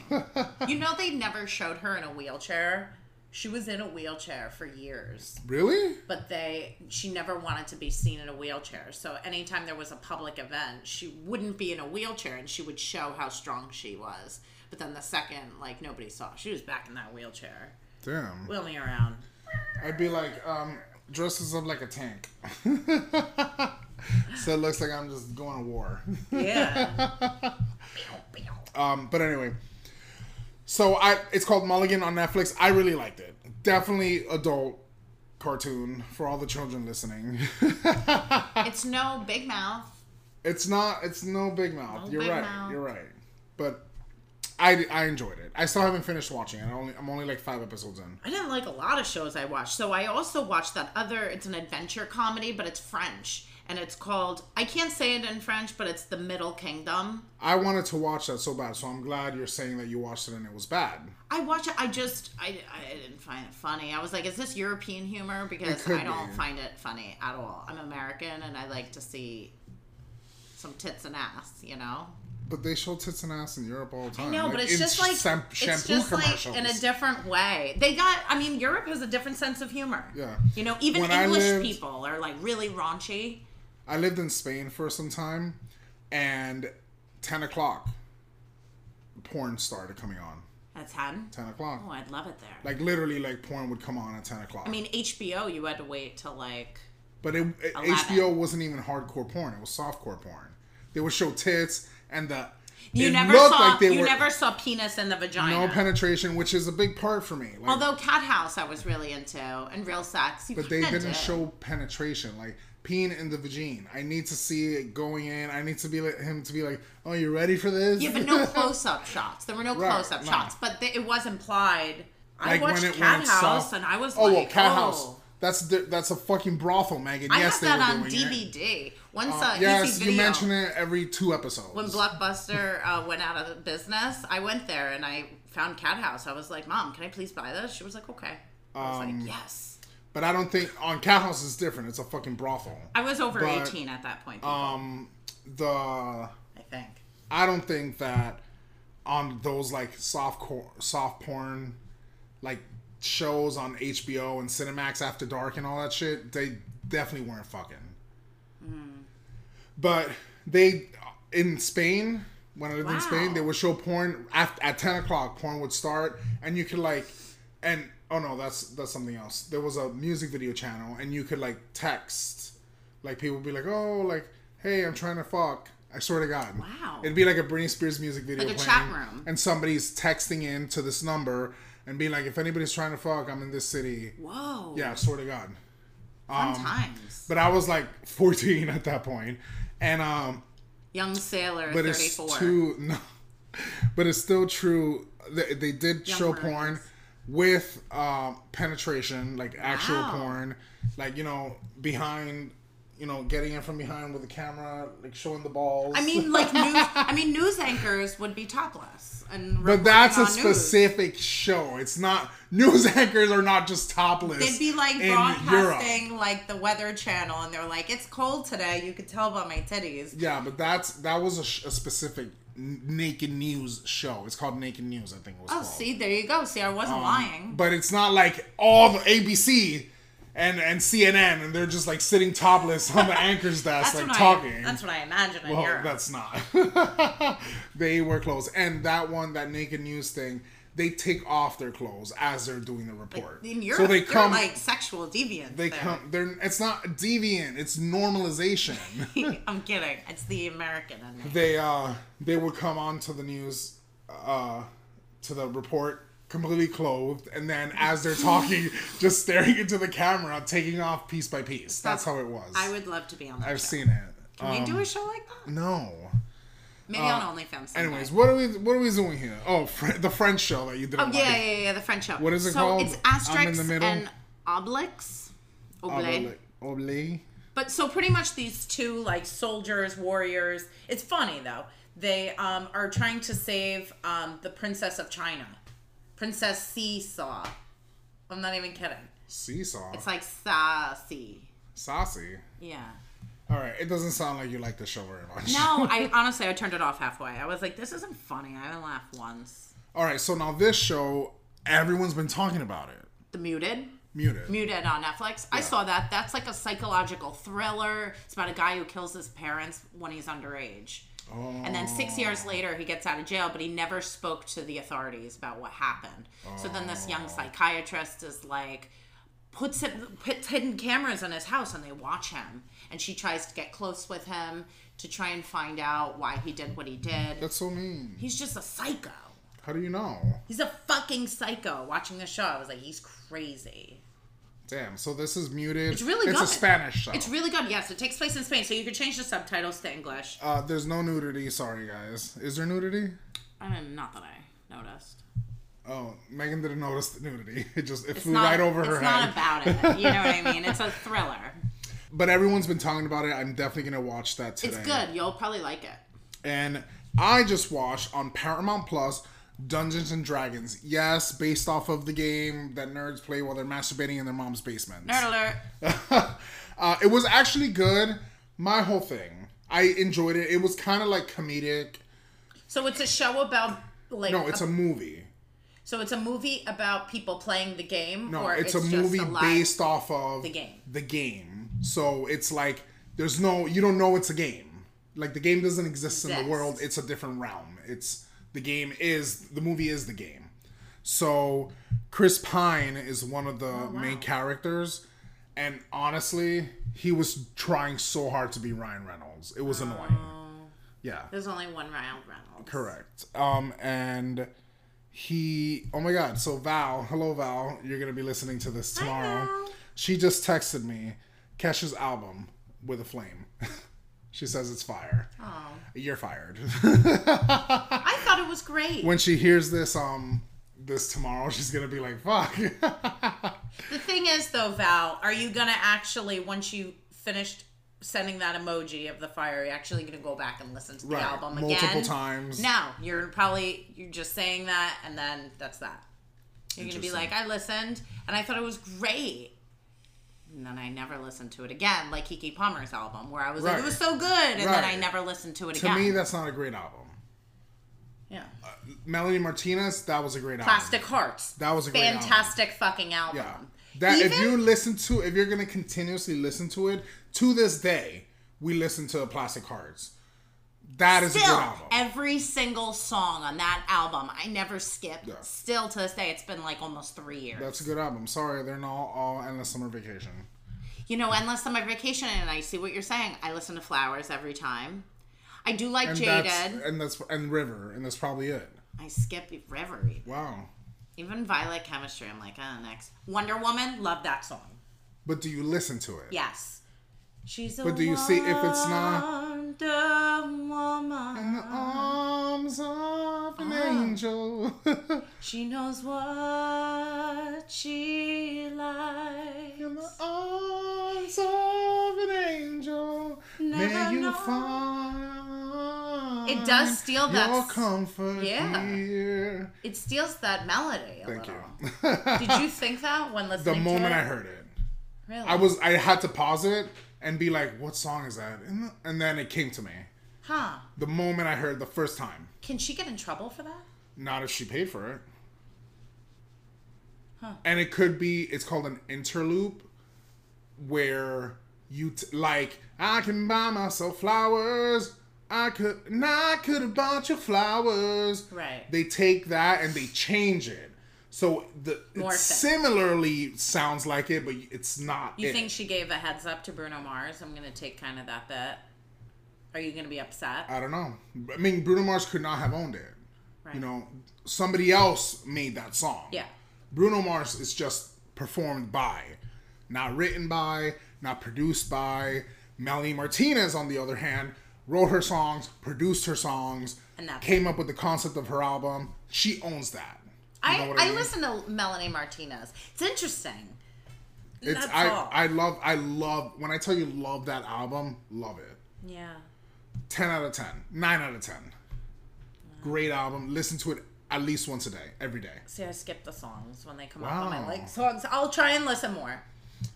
[SPEAKER 2] you know, they never showed her in a wheelchair. She was in a wheelchair for years,
[SPEAKER 1] Really?
[SPEAKER 2] but they she never wanted to be seen in a wheelchair. So anytime there was a public event, she wouldn't be in a wheelchair and she would show how strong she was. But then the second, like nobody saw, she was back in that wheelchair.
[SPEAKER 1] Damn.
[SPEAKER 2] Wheel me around.
[SPEAKER 1] I'd be like, um, dresses up like a tank. so it looks like I'm just going to war.
[SPEAKER 2] Yeah.
[SPEAKER 1] Um, but anyway, so I it's called Mulligan on Netflix. I really liked it. Definitely adult cartoon for all the children listening.
[SPEAKER 2] it's no big mouth.
[SPEAKER 1] it's not. It's no Big Mouth.
[SPEAKER 2] No
[SPEAKER 1] You're
[SPEAKER 2] Big
[SPEAKER 1] right.
[SPEAKER 2] Mouth.
[SPEAKER 1] You're right. But I I enjoyed it. I still haven't finished watching it. I only I'm only like five episodes in.
[SPEAKER 2] I didn't like a lot of shows I watched. So I also watched that other, it's an adventure comedy, but it's French. And it's called, I can't say it in French, but it's The Middle Kingdom.
[SPEAKER 1] I wanted to watch that so bad. So I'm glad you're saying that you watched it and it was bad.
[SPEAKER 2] I watch it, I just, I, I didn't find it funny. I was like, is this European humor? Because
[SPEAKER 1] could
[SPEAKER 2] I don't
[SPEAKER 1] be.
[SPEAKER 2] find it funny at all. I'm American and I like to see some tits and ass, you know?
[SPEAKER 1] But they show tits and ass in Europe all the time.
[SPEAKER 2] No, but
[SPEAKER 1] Like,
[SPEAKER 2] it's
[SPEAKER 1] in
[SPEAKER 2] just like
[SPEAKER 1] sam-
[SPEAKER 2] it's just like in a
[SPEAKER 1] commercials.
[SPEAKER 2] different way. They got. I mean, Europe has a different sense of humor.
[SPEAKER 1] Yeah.
[SPEAKER 2] You know, even
[SPEAKER 1] When I
[SPEAKER 2] English
[SPEAKER 1] lived-
[SPEAKER 2] people are like really raunchy.
[SPEAKER 1] I lived in Spain for some time, and ten o'clock, porn started coming on.
[SPEAKER 2] That's ten.
[SPEAKER 1] Ten o'clock,
[SPEAKER 2] Oh, I'd love it there.
[SPEAKER 1] like literally, like porn would come on at ten o'clock.
[SPEAKER 2] I mean, HBO, you had to wait till like.
[SPEAKER 1] But it, it-
[SPEAKER 2] 11.
[SPEAKER 1] HBO wasn't even hardcore porn; it was softcore porn. They would show tits and the.
[SPEAKER 2] You
[SPEAKER 1] it
[SPEAKER 2] never
[SPEAKER 1] looked
[SPEAKER 2] saw.
[SPEAKER 1] like they
[SPEAKER 2] you
[SPEAKER 1] were-
[SPEAKER 2] never saw penis in the vagina.
[SPEAKER 1] no penetration, which is a big part for me. Like,
[SPEAKER 2] Although Cat House, I was really into, and Real Sex. You
[SPEAKER 1] but they
[SPEAKER 2] kinda
[SPEAKER 1] didn't
[SPEAKER 2] did.
[SPEAKER 1] show penetration, like peen in the vagina. I need to see it going in. I need to be like him to be like, "Oh, you ready for this?"
[SPEAKER 2] Yeah, but no close-up shots. There were no
[SPEAKER 1] Right,
[SPEAKER 2] close-up
[SPEAKER 1] no.
[SPEAKER 2] shots, but th- it was implied. I
[SPEAKER 1] Like,
[SPEAKER 2] watched
[SPEAKER 1] it-
[SPEAKER 2] Cat
[SPEAKER 1] it's
[SPEAKER 2] House,
[SPEAKER 1] soft-
[SPEAKER 2] and I was
[SPEAKER 1] oh,
[SPEAKER 2] like,
[SPEAKER 1] well, Cat
[SPEAKER 2] oh.
[SPEAKER 1] House. That's the, that's a fucking brothel, Megan.
[SPEAKER 2] I
[SPEAKER 1] yes,
[SPEAKER 2] have that
[SPEAKER 1] they were
[SPEAKER 2] on
[SPEAKER 1] doing it.
[SPEAKER 2] DVD. Once
[SPEAKER 1] Uh,
[SPEAKER 2] uh,
[SPEAKER 1] yes,
[SPEAKER 2] easy
[SPEAKER 1] you
[SPEAKER 2] video.
[SPEAKER 1] mention it every two episodes.
[SPEAKER 2] when Blockbuster uh, went out of business, I went there and I found Cat House. I was like, "Mom, can I please buy this?" She was like, "Okay." I was
[SPEAKER 1] Um,
[SPEAKER 2] like, "Yes."
[SPEAKER 1] but I don't think on Cat House is different. It's a fucking brothel.
[SPEAKER 2] I was over
[SPEAKER 1] but,
[SPEAKER 2] eighteen at that point. people,
[SPEAKER 1] Um, the
[SPEAKER 2] I think.
[SPEAKER 1] I don't think that on those like soft cor- soft porn like shows on HBO and Cinemax After Dark and all that shit, they definitely weren't fucking. But they in Spain when I lived
[SPEAKER 2] Wow.
[SPEAKER 1] in Spain, they would show porn at, at ten o'clock. Porn would start, and you could like and oh no, that's that's something else. There was a music video channel, and you could like text like people would be like, oh, like, hey, I'm trying to fuck. I swear to God.
[SPEAKER 2] Wow.
[SPEAKER 1] It'd be like a Britney Spears music video.
[SPEAKER 2] Like a
[SPEAKER 1] playing,
[SPEAKER 2] chat room.
[SPEAKER 1] And somebody's texting in to this number and being like, if anybody's trying to fuck, I'm in this city.
[SPEAKER 2] Whoa.
[SPEAKER 1] Yeah, um, I swear to God.
[SPEAKER 2] Fun times.
[SPEAKER 1] But I was like 14 at that point, and um,
[SPEAKER 2] Young sailor,
[SPEAKER 1] but it's
[SPEAKER 2] thirty-four.
[SPEAKER 1] too no, but it's still true. They, they did
[SPEAKER 2] Young
[SPEAKER 1] show
[SPEAKER 2] Americans.
[SPEAKER 1] porn with um, penetration, like actual
[SPEAKER 2] Wow.
[SPEAKER 1] porn, like you know behind, you know getting in from behind with the camera, like showing the balls.
[SPEAKER 2] I mean, like news. I mean, news anchors would be topless and.
[SPEAKER 1] But
[SPEAKER 2] reporting
[SPEAKER 1] that's a
[SPEAKER 2] on news.
[SPEAKER 1] specific show. It's not news anchors are not just topless.
[SPEAKER 2] They'd be like
[SPEAKER 1] in Europe.
[SPEAKER 2] broadcasting like the Weather Channel, and they're like, "It's cold today. You could tell by my titties."
[SPEAKER 1] Yeah, but that's that was a, sh- a specific n- naked news show. It's called Naked News, I think it was
[SPEAKER 2] Oh,
[SPEAKER 1] called.
[SPEAKER 2] see, there you go. See, I wasn't
[SPEAKER 1] Um,
[SPEAKER 2] lying.
[SPEAKER 1] But it's not like all the ABC and and CNN and they're just like sitting topless on the anchor's desk
[SPEAKER 2] That's
[SPEAKER 1] like
[SPEAKER 2] what
[SPEAKER 1] talking.
[SPEAKER 2] I. That's what I imagine. in
[SPEAKER 1] Well,
[SPEAKER 2] Europe.
[SPEAKER 1] that's not. they wear clothes, and that one, that naked news thing, they take off their clothes as they're doing the report.
[SPEAKER 2] in Europe,
[SPEAKER 1] so they
[SPEAKER 2] you're
[SPEAKER 1] come,
[SPEAKER 2] like sexual deviants.
[SPEAKER 1] they
[SPEAKER 2] there.
[SPEAKER 1] come. They're. It's not deviant. It's normalization.
[SPEAKER 2] I'm kidding. It's the American in me.
[SPEAKER 1] they uh, they would come onto the news, uh, to the report completely clothed, and then as they're talking, just staring into the camera, taking off piece by piece. That's how it was.
[SPEAKER 2] I would love to be on that.
[SPEAKER 1] I've
[SPEAKER 2] show.
[SPEAKER 1] seen it. Um,
[SPEAKER 2] Can we do a show like that?
[SPEAKER 1] No.
[SPEAKER 2] Maybe on OnlyFans. someday.
[SPEAKER 1] uh, Anyways, what are we what are we doing here? Oh, Fr- the French show that you did.
[SPEAKER 2] Oh yeah, yeah, yeah. The French show.
[SPEAKER 1] What is it
[SPEAKER 2] so
[SPEAKER 1] called?
[SPEAKER 2] It's
[SPEAKER 1] I'm in
[SPEAKER 2] asterisks
[SPEAKER 1] the middle.
[SPEAKER 2] and obliques. Oblé.
[SPEAKER 1] Oh, Obli.
[SPEAKER 2] But so pretty much these two like soldiers, warriors. It's funny though. They um, are trying to save um, the princess of China, Princess Seesaw. I'm not even kidding.
[SPEAKER 1] Seesaw.
[SPEAKER 2] It's like sassy.
[SPEAKER 1] Saucy.
[SPEAKER 2] Yeah.
[SPEAKER 1] All right. It doesn't sound like you like the show very much.
[SPEAKER 2] No, I honestly I turned it off halfway. I was like, this isn't funny. I haven't laughed once.
[SPEAKER 1] All right. So now this show, everyone's been talking about it.
[SPEAKER 2] The muted.
[SPEAKER 1] Muted.
[SPEAKER 2] Muted on Netflix. I saw that. That's like a psychological thriller. It's about a guy who kills his parents when he's underage. And then six years later, he gets out of jail, but he never spoke to the authorities about what happened. So then this young psychiatrist is like, puts it, puts hidden cameras in his house and they watch him. And she tries to get close with him to try and find out why he did what he did.
[SPEAKER 1] That's so mean.
[SPEAKER 2] He's just a psycho.
[SPEAKER 1] How do you know?
[SPEAKER 2] He's a fucking psycho. Watching the show, I was like, he's crazy.
[SPEAKER 1] Damn. So this is muted.
[SPEAKER 2] It's really
[SPEAKER 1] It's
[SPEAKER 2] good.
[SPEAKER 1] a Spanish show.
[SPEAKER 2] It's really good. Yes, it takes place in Spain, so you can change the subtitles to English.
[SPEAKER 1] uh, there's no nudity. Sorry, guys. Is there nudity?
[SPEAKER 2] I mean, not that I noticed.
[SPEAKER 1] Oh, Megan didn't notice the nudity. It just it
[SPEAKER 2] It's
[SPEAKER 1] flew
[SPEAKER 2] not,
[SPEAKER 1] right over
[SPEAKER 2] it's
[SPEAKER 1] her
[SPEAKER 2] not
[SPEAKER 1] head.
[SPEAKER 2] about it. You know what I mean? It's a thriller.
[SPEAKER 1] but everyone's been talking about it. I'm definitely gonna watch that today.
[SPEAKER 2] It's good. You'll probably like it.
[SPEAKER 1] and I just watched on Paramount Plus Dungeons and Dragons. Yes, based off of the game that nerds play while they're masturbating in their mom's basement.
[SPEAKER 2] Nerd alert.
[SPEAKER 1] uh, it was actually good. My whole thing, I enjoyed it. It was kind of like comedic.
[SPEAKER 2] So it's a show about like.
[SPEAKER 1] No, it's a movie.
[SPEAKER 2] so it's a movie about people playing the game.
[SPEAKER 1] No,
[SPEAKER 2] or
[SPEAKER 1] it's,
[SPEAKER 2] it's,
[SPEAKER 1] a
[SPEAKER 2] just
[SPEAKER 1] movie
[SPEAKER 2] live-
[SPEAKER 1] based off of
[SPEAKER 2] the game.
[SPEAKER 1] The game. So it's like there's no you don't know it's a game. Like the game doesn't exist in
[SPEAKER 2] Yes.
[SPEAKER 1] the world. It's a different realm. It's the game is the movie is the game. So Chris Pine is one of the main characters and honestly, he was trying so hard to be Ryan Reynolds. It was annoying. Yeah.
[SPEAKER 2] There's only one Ryan Reynolds.
[SPEAKER 1] Correct. Um, and he, oh my God. So Val, hello Val, you're gonna be listening to this tomorrow.
[SPEAKER 2] Val.
[SPEAKER 1] She just texted me Kesha's album with a flame. she says it's fire. You're fired.
[SPEAKER 2] I thought it was great.
[SPEAKER 1] when she hears this, um, this tomorrow, she's gonna be like, "Fuck."
[SPEAKER 2] the thing is, though, Val, are you gonna actually once you finished sending that emoji of the fire, are you actually gonna go back and listen to the
[SPEAKER 1] Right.
[SPEAKER 2] album
[SPEAKER 1] Multiple
[SPEAKER 2] again?
[SPEAKER 1] times.
[SPEAKER 2] No, you're probably you're just saying that, and then that's that. You're gonna be
[SPEAKER 1] Interesting.
[SPEAKER 2] like, I listened, and I thought it was great. And then I never listened to it again, like Kiki Palmer's album, where I was like,
[SPEAKER 1] Right.
[SPEAKER 2] it was so good, and then I
[SPEAKER 1] Right.
[SPEAKER 2] never listened to it
[SPEAKER 1] to
[SPEAKER 2] again.
[SPEAKER 1] me, that's not a great album.
[SPEAKER 2] yeah.
[SPEAKER 1] Melanie Martinez, that was a great album.
[SPEAKER 2] Plastic Hearts.
[SPEAKER 1] That was a great album.
[SPEAKER 2] fantastic fucking album.
[SPEAKER 1] Yeah. That if
[SPEAKER 2] Even-
[SPEAKER 1] you listen to if you're gonna continuously listen to it, to this day, we listen to Plastic Hearts. That is a good
[SPEAKER 2] still
[SPEAKER 1] album.
[SPEAKER 2] every single song on that album i never skipped
[SPEAKER 1] Yeah.
[SPEAKER 2] still to this day it's been like almost three years
[SPEAKER 1] That's a good album. Sorry, they're not all endless summer vacation.
[SPEAKER 2] you know endless summer vacation and i see what you're saying i listen to flowers every time i do like
[SPEAKER 1] And that's
[SPEAKER 2] jaded
[SPEAKER 1] and that's and River, and that's probably it.
[SPEAKER 2] i skip river
[SPEAKER 1] Wow.
[SPEAKER 2] even violet chemistry i'm like oh next wonder woman love that song
[SPEAKER 1] But do you listen to it?
[SPEAKER 2] yes she's a
[SPEAKER 1] But do you see if it's not-
[SPEAKER 2] wonder woman
[SPEAKER 1] In the arms of an
[SPEAKER 2] Ah.
[SPEAKER 1] angel.
[SPEAKER 2] she knows what she likes
[SPEAKER 1] In the arms of an angel.
[SPEAKER 2] Never
[SPEAKER 1] may you
[SPEAKER 2] know.
[SPEAKER 1] find
[SPEAKER 2] It does steal that
[SPEAKER 1] your
[SPEAKER 2] s-
[SPEAKER 1] comfort
[SPEAKER 2] Yeah.
[SPEAKER 1] here.
[SPEAKER 2] It steals that melody. A
[SPEAKER 1] Thank
[SPEAKER 2] little.
[SPEAKER 1] you.
[SPEAKER 2] Did you think that when
[SPEAKER 1] the
[SPEAKER 2] listening?
[SPEAKER 1] moment
[SPEAKER 2] to it?
[SPEAKER 1] I heard it,
[SPEAKER 2] really,
[SPEAKER 1] I was I had to pause it and be like, "What song is that?" And, and then it came to me.
[SPEAKER 2] huh?
[SPEAKER 1] The moment I heard the first time,
[SPEAKER 2] Can she get in trouble for that?
[SPEAKER 1] not if she paid for it. And it could be it's called an interloop, where you t- like I can buy myself flowers. I could and I could have bought you flowers.
[SPEAKER 2] Right.
[SPEAKER 1] They take that and they change it. So the
[SPEAKER 2] Morph
[SPEAKER 1] it
[SPEAKER 2] it.
[SPEAKER 1] similarly sounds like it, but it's not.
[SPEAKER 2] You
[SPEAKER 1] it.
[SPEAKER 2] think she gave a heads up to Bruno Mars? I'm gonna take kind of that bit. Are you gonna be upset?
[SPEAKER 1] I don't know. I mean, Bruno Mars could not have owned it.
[SPEAKER 2] right.
[SPEAKER 1] You know, somebody else made that song.
[SPEAKER 2] Yeah.
[SPEAKER 1] Bruno Mars is just performed by, not written by, not produced by. Melanie Martinez, on the other hand, wrote her songs, produced her songs,
[SPEAKER 2] And that's-
[SPEAKER 1] came up with the concept of her album. She owns that. You know
[SPEAKER 2] I,
[SPEAKER 1] what
[SPEAKER 2] I,
[SPEAKER 1] mean?
[SPEAKER 2] listen to Melanie Martinez. It's interesting.
[SPEAKER 1] It's
[SPEAKER 2] That's
[SPEAKER 1] I
[SPEAKER 2] all.
[SPEAKER 1] I love I love when I tell you love that album, love it.
[SPEAKER 2] yeah.
[SPEAKER 1] 10 out of 10 9 out of 10 great album listen to it at least once a day every day
[SPEAKER 2] See, I skip the songs when they come up on my
[SPEAKER 1] Wow.
[SPEAKER 2] like songs. I'll try and listen more.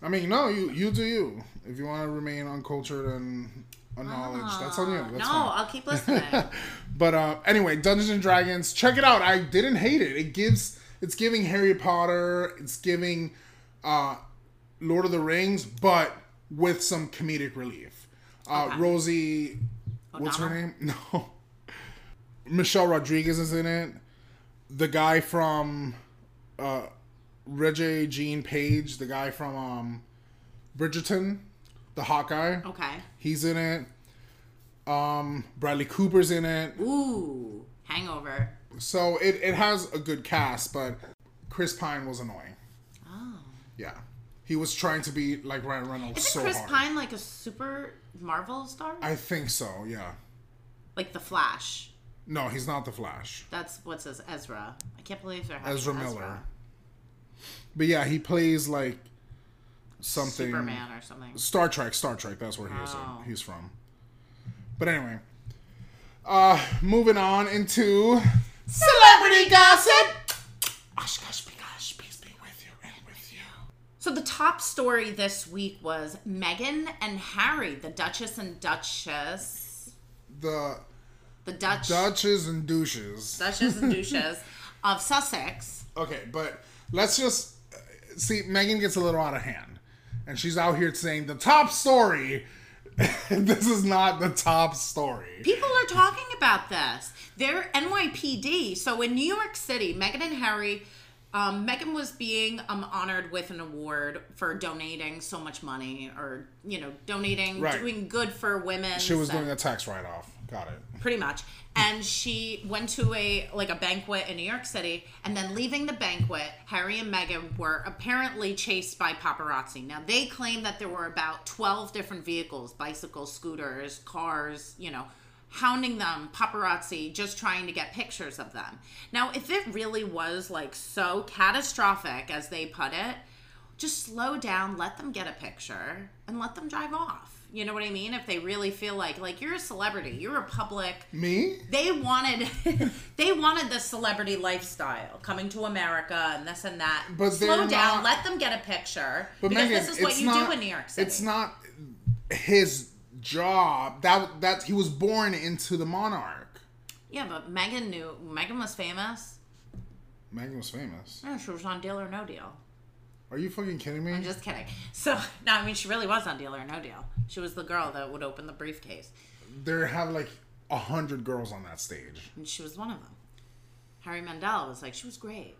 [SPEAKER 1] i mean no you you do you if you want to remain uncultured and unknowledged that's on you that's
[SPEAKER 2] no,
[SPEAKER 1] fine.
[SPEAKER 2] I'll keep listening.
[SPEAKER 1] but uh anyway dungeons and dragons check it out i didn't hate it it gives it's giving harry potter it's giving uh lord of the rings but with some comedic relief uh
[SPEAKER 2] Okay.
[SPEAKER 1] rosie what's her
[SPEAKER 2] O'Donnell?
[SPEAKER 1] name no michelle rodriguez is in it the guy from uh reggie jean page the guy from um bridgerton the hot guy
[SPEAKER 2] okay.
[SPEAKER 1] he's in it um bradley cooper's in it
[SPEAKER 2] Ooh, Hangover.
[SPEAKER 1] so it, it has a good cast but chris pine was annoying
[SPEAKER 2] Oh.
[SPEAKER 1] yeah he was trying to be like ryan reynolds
[SPEAKER 2] Isn't
[SPEAKER 1] so
[SPEAKER 2] Chris
[SPEAKER 1] hard
[SPEAKER 2] Pine like a super Marvel star?
[SPEAKER 1] i think so yeah
[SPEAKER 2] like the Flash.
[SPEAKER 1] no he's not the flash
[SPEAKER 2] That's what's his Ezra. I can't believe they're having
[SPEAKER 1] Ezra Miller. But yeah, he plays like something
[SPEAKER 2] Superman or something.
[SPEAKER 1] Star Trek, Star Trek, that's where he was
[SPEAKER 2] Oh.
[SPEAKER 1] he's from. But anyway. Uh moving on into Celebrity Gossip. Osh gosh be gosh, peace be with you and with you.
[SPEAKER 2] So the top story this week was Meghan and Harry, the Duchess and Duchess,
[SPEAKER 1] The
[SPEAKER 2] the Dutch
[SPEAKER 1] Dutches and douches.
[SPEAKER 2] Duchess and Duchess of Sussex.
[SPEAKER 1] Okay, but let's just see. Megan gets a little out of hand, and she's out here saying the top story this is not the top story.
[SPEAKER 2] People are talking about this. They're NYPD. So in New York City, Meghan and Harry, um, Meghan was being um, honored with an award for donating so much money or, you know, donating,
[SPEAKER 1] Right.
[SPEAKER 2] doing good for women.
[SPEAKER 1] She was
[SPEAKER 2] so-
[SPEAKER 1] doing a tax write off. Got it.
[SPEAKER 2] pretty much and she went to a like a banquet in new york city and then leaving the banquet harry and meghan were apparently chased by paparazzi now they claim that there were about 12 different vehicles bicycles scooters cars you know hounding them paparazzi just trying to get pictures of them now if it really was like so catastrophic as they put it just slow down, let them get a picture, and let them drive off. You know what I mean? If they really feel like like you're a celebrity, you're a public.
[SPEAKER 1] Me?
[SPEAKER 2] They wanted they wanted the celebrity lifestyle, coming to America and this and that.
[SPEAKER 1] But
[SPEAKER 2] slow
[SPEAKER 1] they're
[SPEAKER 2] down,
[SPEAKER 1] not-
[SPEAKER 2] let them get a picture
[SPEAKER 1] But
[SPEAKER 2] because
[SPEAKER 1] Megan,
[SPEAKER 2] this is what
[SPEAKER 1] it's
[SPEAKER 2] you
[SPEAKER 1] not,
[SPEAKER 2] do in New York City.
[SPEAKER 1] It's not his job. That that he was born into the monarch.
[SPEAKER 2] Yeah, but Megan knew Megan was famous.
[SPEAKER 1] Megan was famous.
[SPEAKER 2] Yeah, she was on Deal or No Deal.
[SPEAKER 1] Are you fucking kidding me?
[SPEAKER 2] I'm just kidding. So no, I mean she really was on Deal or No Deal. She was the girl that would open the briefcase.
[SPEAKER 1] There have like a hundred girls on that stage.
[SPEAKER 2] And she was one of them. Harry Mandel was like, she was great.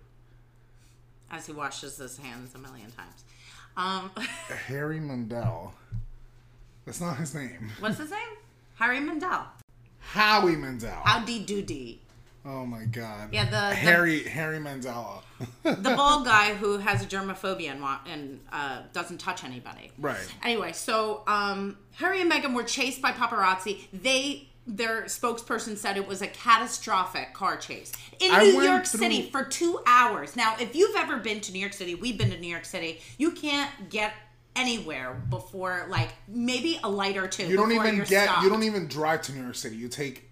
[SPEAKER 2] As he washes his hands a million times. Um,
[SPEAKER 1] Harry Mandel. That's not his name.
[SPEAKER 2] what's his name? Harry Mandel.
[SPEAKER 1] Howie Mandel.
[SPEAKER 2] Howdy doody.
[SPEAKER 1] Oh my god.
[SPEAKER 2] Yeah, the- the-
[SPEAKER 1] Harry Harry Mandela.
[SPEAKER 2] The bald guy who has germophobia and, wa- and uh, doesn't touch anybody.
[SPEAKER 1] Right.
[SPEAKER 2] Anyway, so um, Harry and Meghan were chased by paparazzi. They their spokesperson said it was a catastrophic car chase in
[SPEAKER 1] I
[SPEAKER 2] New
[SPEAKER 1] went
[SPEAKER 2] York
[SPEAKER 1] through-
[SPEAKER 2] City for two hours. Now, if you've ever been to New York City, we've been to New York City. You can't get anywhere before like maybe a light or two.
[SPEAKER 1] You don't
[SPEAKER 2] before
[SPEAKER 1] even
[SPEAKER 2] you're
[SPEAKER 1] get
[SPEAKER 2] stopped.
[SPEAKER 1] you don't even drive to New York City. You take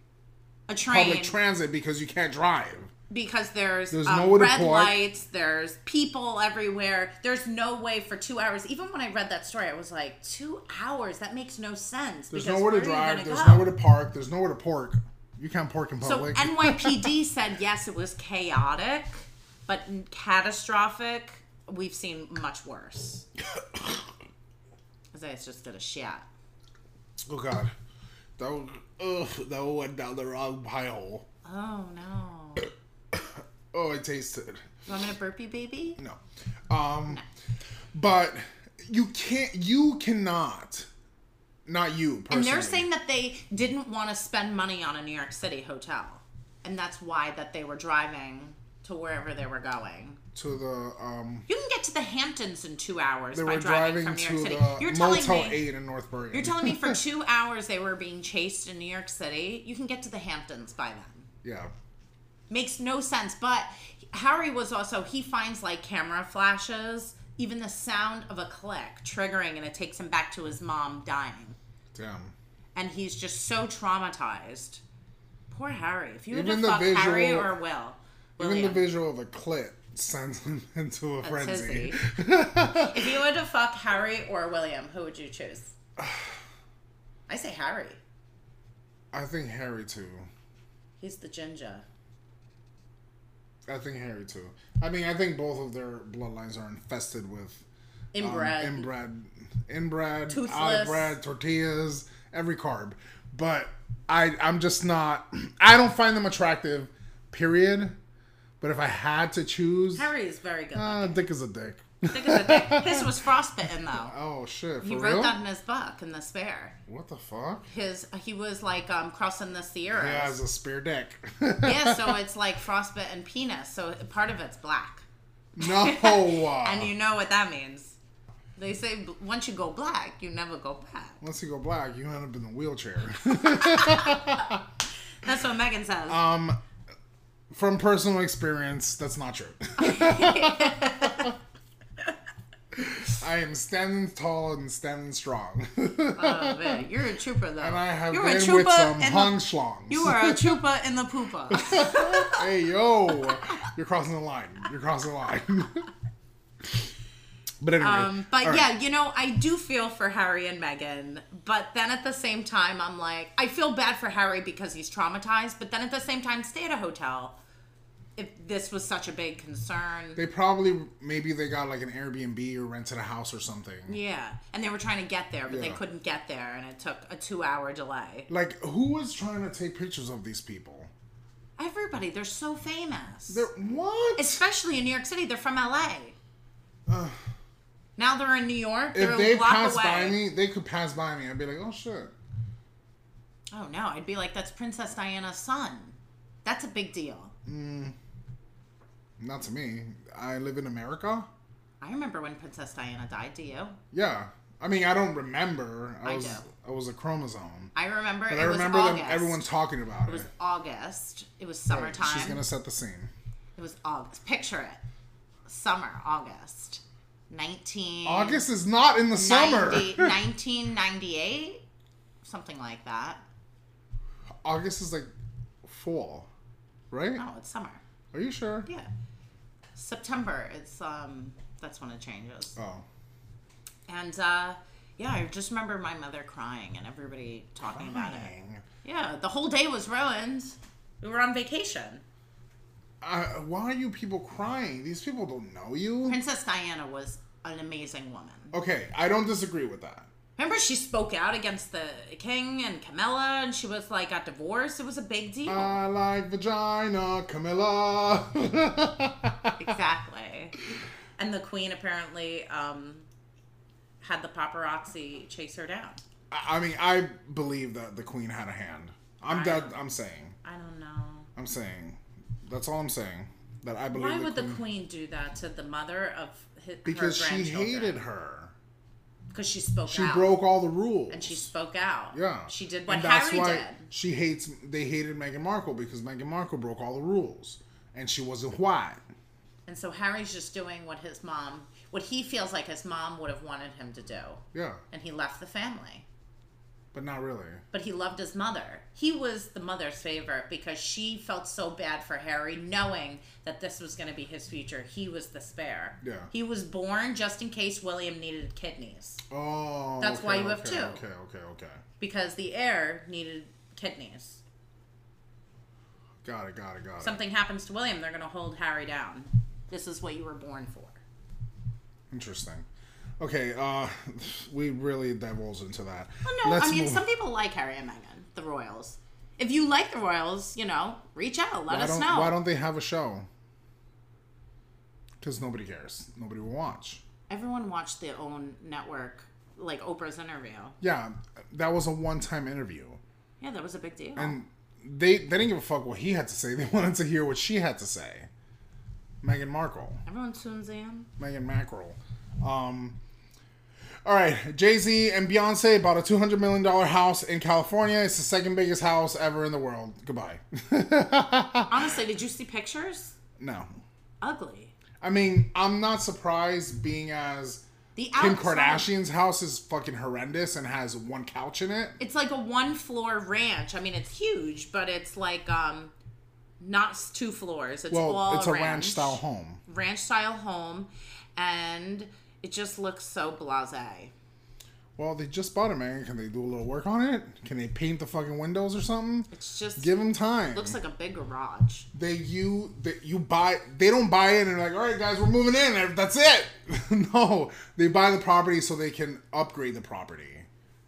[SPEAKER 2] a
[SPEAKER 1] public transit because you can't drive.
[SPEAKER 2] because there's,
[SPEAKER 1] There's
[SPEAKER 2] um,
[SPEAKER 1] nowhere to
[SPEAKER 2] red
[SPEAKER 1] park.
[SPEAKER 2] lights, there's people everywhere. There's no way for two hours. Even when I read that story, I was like, two hours? That makes no sense.
[SPEAKER 1] There's
[SPEAKER 2] because
[SPEAKER 1] nowhere to
[SPEAKER 2] where are you
[SPEAKER 1] drive,
[SPEAKER 2] gonna
[SPEAKER 1] there's
[SPEAKER 2] go?
[SPEAKER 1] nowhere to park, there's nowhere to park. You can't park in
[SPEAKER 2] So
[SPEAKER 1] public.
[SPEAKER 2] NYPD said yes, it was chaotic, but n- catastrophic. We've seen much worse. Isaiah's just did a shit.
[SPEAKER 1] oh god. That one- ugh, that one went down the wrong pie hole.
[SPEAKER 2] Oh no! You
[SPEAKER 1] Oh, it tasted.
[SPEAKER 2] want me to burp you, baby?
[SPEAKER 1] No. Um but you can't you cannot not you personally.
[SPEAKER 2] And they're saying that they didn't want to spend money on a New York City hotel, and that's why that they were driving to wherever they were going.
[SPEAKER 1] to the um
[SPEAKER 2] You can get to the Hamptons in two hours
[SPEAKER 1] they
[SPEAKER 2] by
[SPEAKER 1] were
[SPEAKER 2] driving,
[SPEAKER 1] driving to
[SPEAKER 2] from New York City. You're
[SPEAKER 1] the
[SPEAKER 2] telling
[SPEAKER 1] Motel
[SPEAKER 2] me
[SPEAKER 1] 8 in North Bergen.
[SPEAKER 2] you're telling me for two hours they were being chased in New York City. You can get to the Hamptons by then.
[SPEAKER 1] Yeah.
[SPEAKER 2] makes no sense. But Harry was also he finds like camera flashes, even the sound of a click triggering, and it takes him back to his mom dying,
[SPEAKER 1] Damn.
[SPEAKER 2] and he's just so traumatized. Poor Harry. If you were to
[SPEAKER 1] Even the
[SPEAKER 2] fuck Harry
[SPEAKER 1] visual-
[SPEAKER 2] or Will,
[SPEAKER 1] Even
[SPEAKER 2] William,
[SPEAKER 1] the visual of a clit sends him into a
[SPEAKER 2] a
[SPEAKER 1] frenzy.
[SPEAKER 2] tizzy. if you were to fuck Harry or William, who would you choose? I say Harry.
[SPEAKER 1] I think Harry too.
[SPEAKER 2] He's the ginger.
[SPEAKER 1] Um, I think Harry too. I mean, I think both of their bloodlines are infested with um,
[SPEAKER 2] Inbred.
[SPEAKER 1] inbred, inbred,
[SPEAKER 2] Toothless.
[SPEAKER 1] out of bread, tortillas, every carb. But I, I'm just not. I don't find them attractive. Period. But if I had to choose,
[SPEAKER 2] Harry is very good.
[SPEAKER 1] uh, dick is a dick.
[SPEAKER 2] Think of the thing. His was frostbitten though.
[SPEAKER 1] Oh shit! For
[SPEAKER 2] He wrote
[SPEAKER 1] real?
[SPEAKER 2] that in his book in the spare.
[SPEAKER 1] What the fuck?
[SPEAKER 2] His he was like um, crossing the Sierras.
[SPEAKER 1] He has a spear dick.
[SPEAKER 2] Yeah, so it's like frostbitten penis. So part of it's black,
[SPEAKER 1] no. uh,
[SPEAKER 2] and you know what that means. They say b- once you go black, you never go back.
[SPEAKER 1] Once you go black, you end up in the wheelchair.
[SPEAKER 2] That's what Megan says.
[SPEAKER 1] Uh, From personal experience, that's not true. I am standing tall and standing strong. and
[SPEAKER 2] oh man, you're a trooper though.
[SPEAKER 1] I have
[SPEAKER 2] you're
[SPEAKER 1] been with some
[SPEAKER 2] in
[SPEAKER 1] hung
[SPEAKER 2] the,
[SPEAKER 1] schlongs.
[SPEAKER 2] You are a trooper in the pooper.
[SPEAKER 1] hey, yo. You're crossing the line. You're crossing the line. but anyway.
[SPEAKER 2] Um, but
[SPEAKER 1] all right.
[SPEAKER 2] yeah, you know, I do feel for Harry and Meghan, but then at the same time, I'm like, I feel bad for Harry because he's traumatized, but then at the same time, stay at a hotel, if this was such a big concern.
[SPEAKER 1] They probably maybe they got like an Airbnb or rented a house or something.
[SPEAKER 2] Yeah, and they were trying to get there, but they
[SPEAKER 1] Yeah.
[SPEAKER 2] couldn't get there, and it took a two-hour delay.
[SPEAKER 1] Like who was trying to take pictures of these people?
[SPEAKER 2] Everybody, they're so famous,
[SPEAKER 1] They're what?
[SPEAKER 2] especially in New York City. They're from LA. now they're in New York. They're
[SPEAKER 1] if they
[SPEAKER 2] a block
[SPEAKER 1] pass
[SPEAKER 2] away.
[SPEAKER 1] by me, they could pass by me. I'd be like, oh shit.
[SPEAKER 2] Oh no, I'd be like, that's Princess Diana's son. That's a big deal.
[SPEAKER 1] Not to me. I live in America.
[SPEAKER 2] I remember when Princess Diana died. Do you?
[SPEAKER 1] Yeah. I mean, I don't remember. I,
[SPEAKER 2] I
[SPEAKER 1] was
[SPEAKER 2] do.
[SPEAKER 1] I was a chromosome.
[SPEAKER 2] I remember.
[SPEAKER 1] But
[SPEAKER 2] it
[SPEAKER 1] I
[SPEAKER 2] was
[SPEAKER 1] remember them
[SPEAKER 2] August.
[SPEAKER 1] everyone talking about
[SPEAKER 2] It
[SPEAKER 1] it.
[SPEAKER 2] was August. It was
[SPEAKER 1] Right,
[SPEAKER 2] summertime.
[SPEAKER 1] She's gonna set the scene.
[SPEAKER 2] It was August. Picture it. Summer, August. 19.
[SPEAKER 1] August is not in the summer.
[SPEAKER 2] 90 1998? Something like that.
[SPEAKER 1] August is like fall, right?
[SPEAKER 2] No, it's summer.
[SPEAKER 1] Are you sure?
[SPEAKER 2] Yeah. September. It's, um, that's when it changes.
[SPEAKER 1] Oh,
[SPEAKER 2] And, uh, yeah, I just remember my mother crying and everybody talking about it.
[SPEAKER 1] dang.
[SPEAKER 2] Yeah, the whole day was ruined. We were on vacation.
[SPEAKER 1] Uh, why are you people crying? These people don't know you.
[SPEAKER 2] Princess Diana was an amazing woman.
[SPEAKER 1] Okay, I don't disagree with that.
[SPEAKER 2] Remember, she spoke out against the king and Camilla, and she was like, got divorced. It was a big deal.
[SPEAKER 1] I like vagina, Camilla.
[SPEAKER 2] exactly. And the queen apparently um, had the paparazzi chase her down.
[SPEAKER 1] I I mean, I believe that the queen had a hand. I'm that. I'm saying.
[SPEAKER 2] I don't know.
[SPEAKER 1] I'm saying. That's all I'm saying. That I believe.
[SPEAKER 2] Why
[SPEAKER 1] the
[SPEAKER 2] would
[SPEAKER 1] queen-
[SPEAKER 2] the queen do that to the mother of his,
[SPEAKER 1] Because she hated her.
[SPEAKER 2] Because she spoke
[SPEAKER 1] She
[SPEAKER 2] out.
[SPEAKER 1] broke all the rules.
[SPEAKER 2] And she spoke out.
[SPEAKER 1] Yeah.
[SPEAKER 2] She did what
[SPEAKER 1] And that's
[SPEAKER 2] Harry
[SPEAKER 1] why
[SPEAKER 2] did.
[SPEAKER 1] She hates. They hated Meghan Markle because Meghan Markle broke all the rules, and she wasn't white.
[SPEAKER 2] And so Harry's just doing what his mom, what he feels like his mom would have wanted him to do.
[SPEAKER 1] Yeah,
[SPEAKER 2] And he left the family.
[SPEAKER 1] but not really.
[SPEAKER 2] but he loved his mother. He was the mother's favorite because she felt so bad for Harry, knowing that this was going to be his future. He was the spare.
[SPEAKER 1] Yeah.
[SPEAKER 2] He was born just in case William needed kidneys
[SPEAKER 1] Oh,
[SPEAKER 2] That's
[SPEAKER 1] okay,
[SPEAKER 2] why you have
[SPEAKER 1] okay,
[SPEAKER 2] two.
[SPEAKER 1] Okay, okay, okay.
[SPEAKER 2] because the heir needed kidneys.
[SPEAKER 1] Got it, got it, got it.
[SPEAKER 2] Something happens to William, they're going to hold Harry down. This is what you were born for.
[SPEAKER 1] Interesting. Okay, uh, we really divulge into that.
[SPEAKER 2] Well, Oh, no,
[SPEAKER 1] Let's
[SPEAKER 2] I mean,
[SPEAKER 1] move-
[SPEAKER 2] some people like Harry and Meghan, the royals. If you like the royals, you know, reach out, let
[SPEAKER 1] why
[SPEAKER 2] us
[SPEAKER 1] don't,
[SPEAKER 2] know.
[SPEAKER 1] Why don't they have a show? Because nobody cares. Nobody will watch.
[SPEAKER 2] Everyone watched their own network, like Oprah's interview.
[SPEAKER 1] Yeah, that was a one-time interview.
[SPEAKER 2] Yeah, that was a big deal.
[SPEAKER 1] And they they didn't give a fuck what he had to say. They wanted to hear what she had to say. Meghan Markle,
[SPEAKER 2] Everyone tunes in.
[SPEAKER 1] Meghan Mackerel. Um, all right, Jay Z and Beyonce bought a two hundred million dollar house in California. It's the second biggest house ever in the world. Goodbye.
[SPEAKER 2] Honestly, did you see pictures?
[SPEAKER 1] no,
[SPEAKER 2] Ugly.
[SPEAKER 1] I mean I'm not surprised, being as
[SPEAKER 2] The
[SPEAKER 1] Kim
[SPEAKER 2] outside-
[SPEAKER 1] Kardashian's house is fucking horrendous and has one couch in it.
[SPEAKER 2] It's like a one floor ranch. I mean, it's huge, but it's like um, not s- two floors. It's all
[SPEAKER 1] Well, it's a
[SPEAKER 2] ranch,
[SPEAKER 1] ranch style home.
[SPEAKER 2] Ranch style home, and it just looks so blasé.
[SPEAKER 1] Well, they just bought it, man. Can they do a little work on it? Can they paint the fucking windows or something?
[SPEAKER 2] It's just
[SPEAKER 1] Give them time.
[SPEAKER 2] looks like a big garage.
[SPEAKER 1] they you that you buy they don't buy in and they're like all right guys we're moving in that's it. no, they buy the property so they can upgrade the property.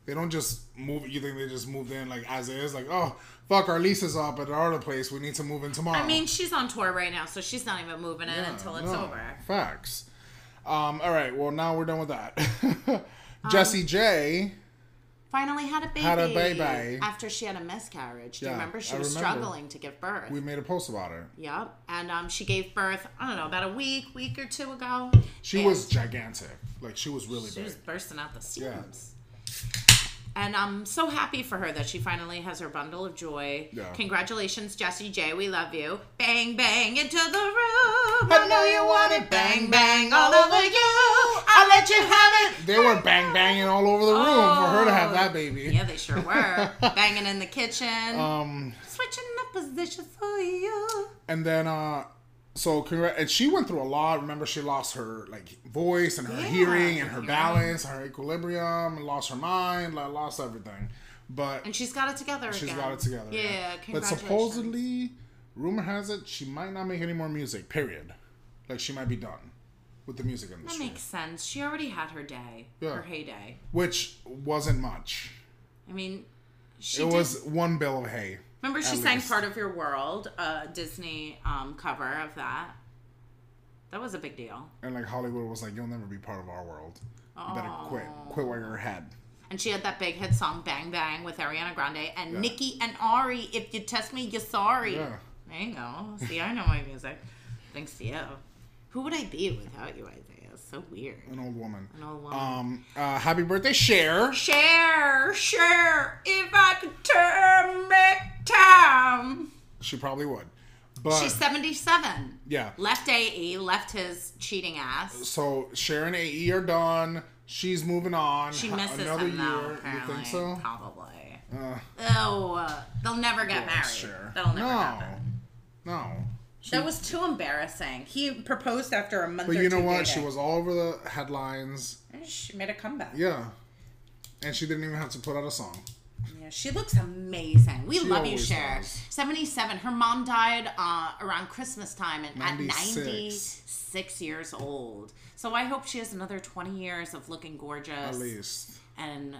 [SPEAKER 1] They don't just move. You think they just moved in like as is? Like oh fuck, our lease is up at our other place. We need to move in tomorrow.
[SPEAKER 2] I mean, she's on tour right now, so she's not even moving in until it's
[SPEAKER 1] Ah, No,
[SPEAKER 2] over.
[SPEAKER 1] Facts. Um, all right. Well, now we're done with that. Jesse
[SPEAKER 2] Um,
[SPEAKER 1] J.
[SPEAKER 2] Finally had a baby.
[SPEAKER 1] Had a baby.
[SPEAKER 2] after she had a miscarriage. Do you
[SPEAKER 1] Yeah,
[SPEAKER 2] remember? She
[SPEAKER 1] I
[SPEAKER 2] was
[SPEAKER 1] remember.
[SPEAKER 2] struggling to give birth.
[SPEAKER 1] We made a post about it.
[SPEAKER 2] Yep. And um, she gave birth, I don't know, about a week, week or two ago.
[SPEAKER 1] She
[SPEAKER 2] And
[SPEAKER 1] was gigantic. Like she was really
[SPEAKER 2] she
[SPEAKER 1] big.
[SPEAKER 2] was bursting out the seams. And I'm so happy for her that she finally has her bundle of joy.
[SPEAKER 1] Yeah.
[SPEAKER 2] Congratulations, Jesse J. We love you. Bang, bang into the room. I know you want it. Bang, bang all over you. I'll let you have it.
[SPEAKER 1] They were bang banging all over the room for her to have
[SPEAKER 2] Oh,
[SPEAKER 1] that baby.
[SPEAKER 2] Yeah, they sure were. Banging in the kitchen. Um, Switching the position for you.
[SPEAKER 1] And then, uh, so congrats. And she went through a lot. Remember, she lost her like voice and her
[SPEAKER 2] Yeah,
[SPEAKER 1] hearing and her
[SPEAKER 2] hearing.
[SPEAKER 1] balance, her equilibrium, and lost her mind, like, lost everything. But
[SPEAKER 2] And she's got it together
[SPEAKER 1] she's
[SPEAKER 2] again.
[SPEAKER 1] got it together.
[SPEAKER 2] um, Yeah,
[SPEAKER 1] But
[SPEAKER 2] congratulations.
[SPEAKER 1] supposedly, Rumor has it she might not make any more music. Period. Like she might be done with the music
[SPEAKER 2] That
[SPEAKER 1] industry,
[SPEAKER 2] makes sense. She already had her day,
[SPEAKER 1] Yeah.
[SPEAKER 2] her heyday.
[SPEAKER 1] which wasn't much.
[SPEAKER 2] I mean, she
[SPEAKER 1] it
[SPEAKER 2] did-
[SPEAKER 1] was one bill of hay.
[SPEAKER 2] Remember, she
[SPEAKER 1] at
[SPEAKER 2] sang
[SPEAKER 1] least.
[SPEAKER 2] "Part of Your World," a Disney um, cover of that. That was a big deal,
[SPEAKER 1] And like Hollywood was like, "You'll never be part of our world. You better quit. Quit while you're ahead."
[SPEAKER 2] and she had that big hit song "Bang Bang" with Ariana Grande and Nicki and Ari. If you test me, you're sorry.
[SPEAKER 1] Yeah.
[SPEAKER 2] There you go. See, I know my music. Thanks to you. Who would I be without you, Isaiah? It's so weird.
[SPEAKER 1] An old woman.
[SPEAKER 2] An old woman.
[SPEAKER 1] Um. Uh, happy birthday, Cher.
[SPEAKER 2] Share, share. If I could turn back time.
[SPEAKER 1] She probably would. But
[SPEAKER 2] She's seventy-seven.
[SPEAKER 1] yeah.
[SPEAKER 2] Left AE, left his cheating ass.
[SPEAKER 1] So Cher and AE are done. She's moving on.
[SPEAKER 2] She
[SPEAKER 1] Ha-
[SPEAKER 2] misses him though. Apparently,
[SPEAKER 1] You think so?
[SPEAKER 2] probably. oh, they'll never get married.
[SPEAKER 1] Cher.
[SPEAKER 2] That'll never
[SPEAKER 1] no.
[SPEAKER 2] happen.
[SPEAKER 1] No. She-
[SPEAKER 2] That was too embarrassing. He proposed after a month.
[SPEAKER 1] but
[SPEAKER 2] or
[SPEAKER 1] you know
[SPEAKER 2] two
[SPEAKER 1] what? She
[SPEAKER 2] dating.
[SPEAKER 1] was all over the headlines.
[SPEAKER 2] She made a comeback.
[SPEAKER 1] Yeah. And she didn't even have to put out a song.
[SPEAKER 2] Yeah, she looks amazing. We love you,
[SPEAKER 1] always
[SPEAKER 2] Cher.
[SPEAKER 1] does.
[SPEAKER 2] Seventy-seven. Her mom died uh, around Christmas time, and at
[SPEAKER 1] 96.
[SPEAKER 2] ninety-six years old. So I hope she has another twenty years of looking gorgeous
[SPEAKER 1] At least.
[SPEAKER 2] and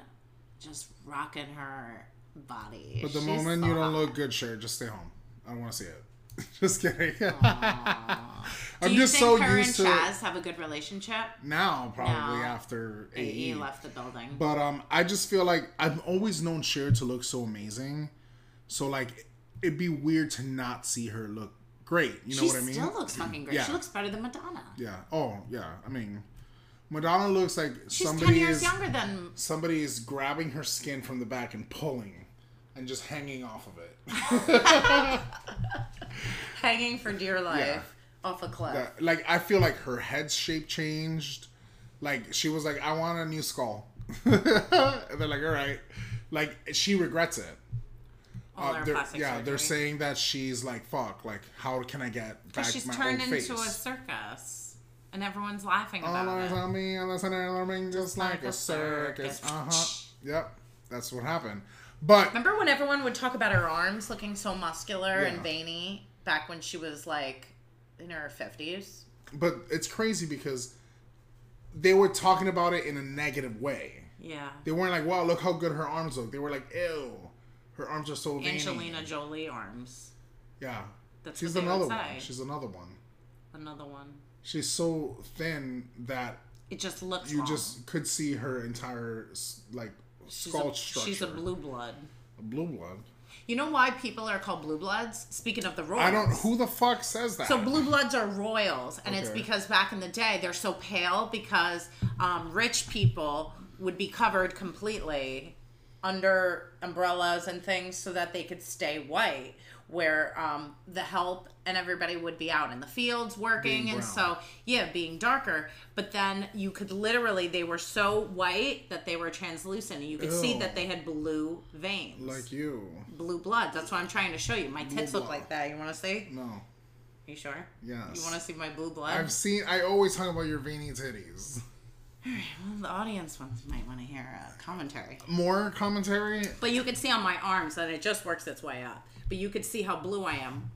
[SPEAKER 2] just rocking her body.
[SPEAKER 1] But the
[SPEAKER 2] She's
[SPEAKER 1] moment you
[SPEAKER 2] so
[SPEAKER 1] don't
[SPEAKER 2] hot.
[SPEAKER 1] look good, Cher, just stay home. I don't want to see it. just kidding. I'm
[SPEAKER 2] Do you
[SPEAKER 1] just
[SPEAKER 2] think
[SPEAKER 1] so
[SPEAKER 2] her
[SPEAKER 1] used to
[SPEAKER 2] and
[SPEAKER 1] it
[SPEAKER 2] Chaz have a good relationship?
[SPEAKER 1] now, probably
[SPEAKER 2] No.
[SPEAKER 1] after
[SPEAKER 2] He
[SPEAKER 1] AE.
[SPEAKER 2] left the building.
[SPEAKER 1] But um, I just feel like I've always known Cher to look so amazing. So like, it'd be weird to not see her look great. You know
[SPEAKER 2] she
[SPEAKER 1] what I mean?
[SPEAKER 2] still looks fucking great. She
[SPEAKER 1] Yeah.
[SPEAKER 2] looks better than Madonna.
[SPEAKER 1] yeah. Oh yeah. I mean, Madonna looks like
[SPEAKER 2] She's
[SPEAKER 1] somebody
[SPEAKER 2] ten years
[SPEAKER 1] is
[SPEAKER 2] younger than.
[SPEAKER 1] somebody is grabbing her skin from the back and pulling, and just hanging off of it.
[SPEAKER 2] Hanging for dear life
[SPEAKER 1] Yeah.
[SPEAKER 2] off a cliff.
[SPEAKER 1] Uh, like I feel like her head shape changed. Like she was like, I want a new skull. and they're like, all right. Like she regrets it.
[SPEAKER 2] All
[SPEAKER 1] Uh,
[SPEAKER 2] her
[SPEAKER 1] they're-
[SPEAKER 2] plastic
[SPEAKER 1] yeah, they're
[SPEAKER 2] surgery.
[SPEAKER 1] saying that she's like, fuck, like, how can I get back
[SPEAKER 2] she's
[SPEAKER 1] my
[SPEAKER 2] turned
[SPEAKER 1] old
[SPEAKER 2] into
[SPEAKER 1] face?
[SPEAKER 2] a circus, and everyone's laughing about
[SPEAKER 1] All eyes
[SPEAKER 2] it.
[SPEAKER 1] on me, unless I'm alarming, just like,
[SPEAKER 2] like
[SPEAKER 1] a
[SPEAKER 2] a
[SPEAKER 1] circus.
[SPEAKER 2] circus.
[SPEAKER 1] Uh huh. Yep, that's what happened. But
[SPEAKER 2] Remember when everyone would talk about her arms looking so muscular
[SPEAKER 1] Yeah.
[SPEAKER 2] and veiny back when she was like in her fifties?
[SPEAKER 1] but it's crazy because they were talking about it in a negative way.
[SPEAKER 2] Yeah.
[SPEAKER 1] They weren't like, wow, look how good her arms look. They were like, ew, her arms are so veiny.
[SPEAKER 2] Angelina Jolie arms.
[SPEAKER 1] Yeah,
[SPEAKER 2] That's
[SPEAKER 1] she's
[SPEAKER 2] what they would
[SPEAKER 1] another
[SPEAKER 2] say.
[SPEAKER 1] one. She's another one.
[SPEAKER 2] Another one.
[SPEAKER 1] She's so thin that
[SPEAKER 2] It just looks.
[SPEAKER 1] you
[SPEAKER 2] wrong.
[SPEAKER 1] just could see her entire s- like
[SPEAKER 2] She's
[SPEAKER 1] skull
[SPEAKER 2] a-
[SPEAKER 1] structure.
[SPEAKER 2] She's a blue blood.
[SPEAKER 1] A blue blood.
[SPEAKER 2] You know why people are called blue bloods? Speaking of the royals,
[SPEAKER 1] I don't. Who the fuck says that?
[SPEAKER 2] So blue bloods are royals, and it's
[SPEAKER 1] Okay.
[SPEAKER 2] because back in the day they're so pale because um, rich people would be covered completely under umbrellas and things so that they could stay white. Where um, the help and everybody would be out in the fields working,
[SPEAKER 1] Being
[SPEAKER 2] and
[SPEAKER 1] brown.
[SPEAKER 2] so yeah, being darker. But then you could literally they were so white that they were translucent, and you could see
[SPEAKER 1] Ew.
[SPEAKER 2] that they had blue veins,
[SPEAKER 1] like you.
[SPEAKER 2] blue blood. That's what I'm trying to show you. My tits look
[SPEAKER 1] blood.
[SPEAKER 2] like that. You want to see?
[SPEAKER 1] No.
[SPEAKER 2] You sure?
[SPEAKER 1] Yes.
[SPEAKER 2] You want to see my blue blood?
[SPEAKER 1] I've seen. I always talk about your veiny titties.
[SPEAKER 2] Well, the audience ones might want to hear a commentary.
[SPEAKER 1] More commentary.
[SPEAKER 2] But you can see on my arms that it just works its way up. But you could see how blue I am.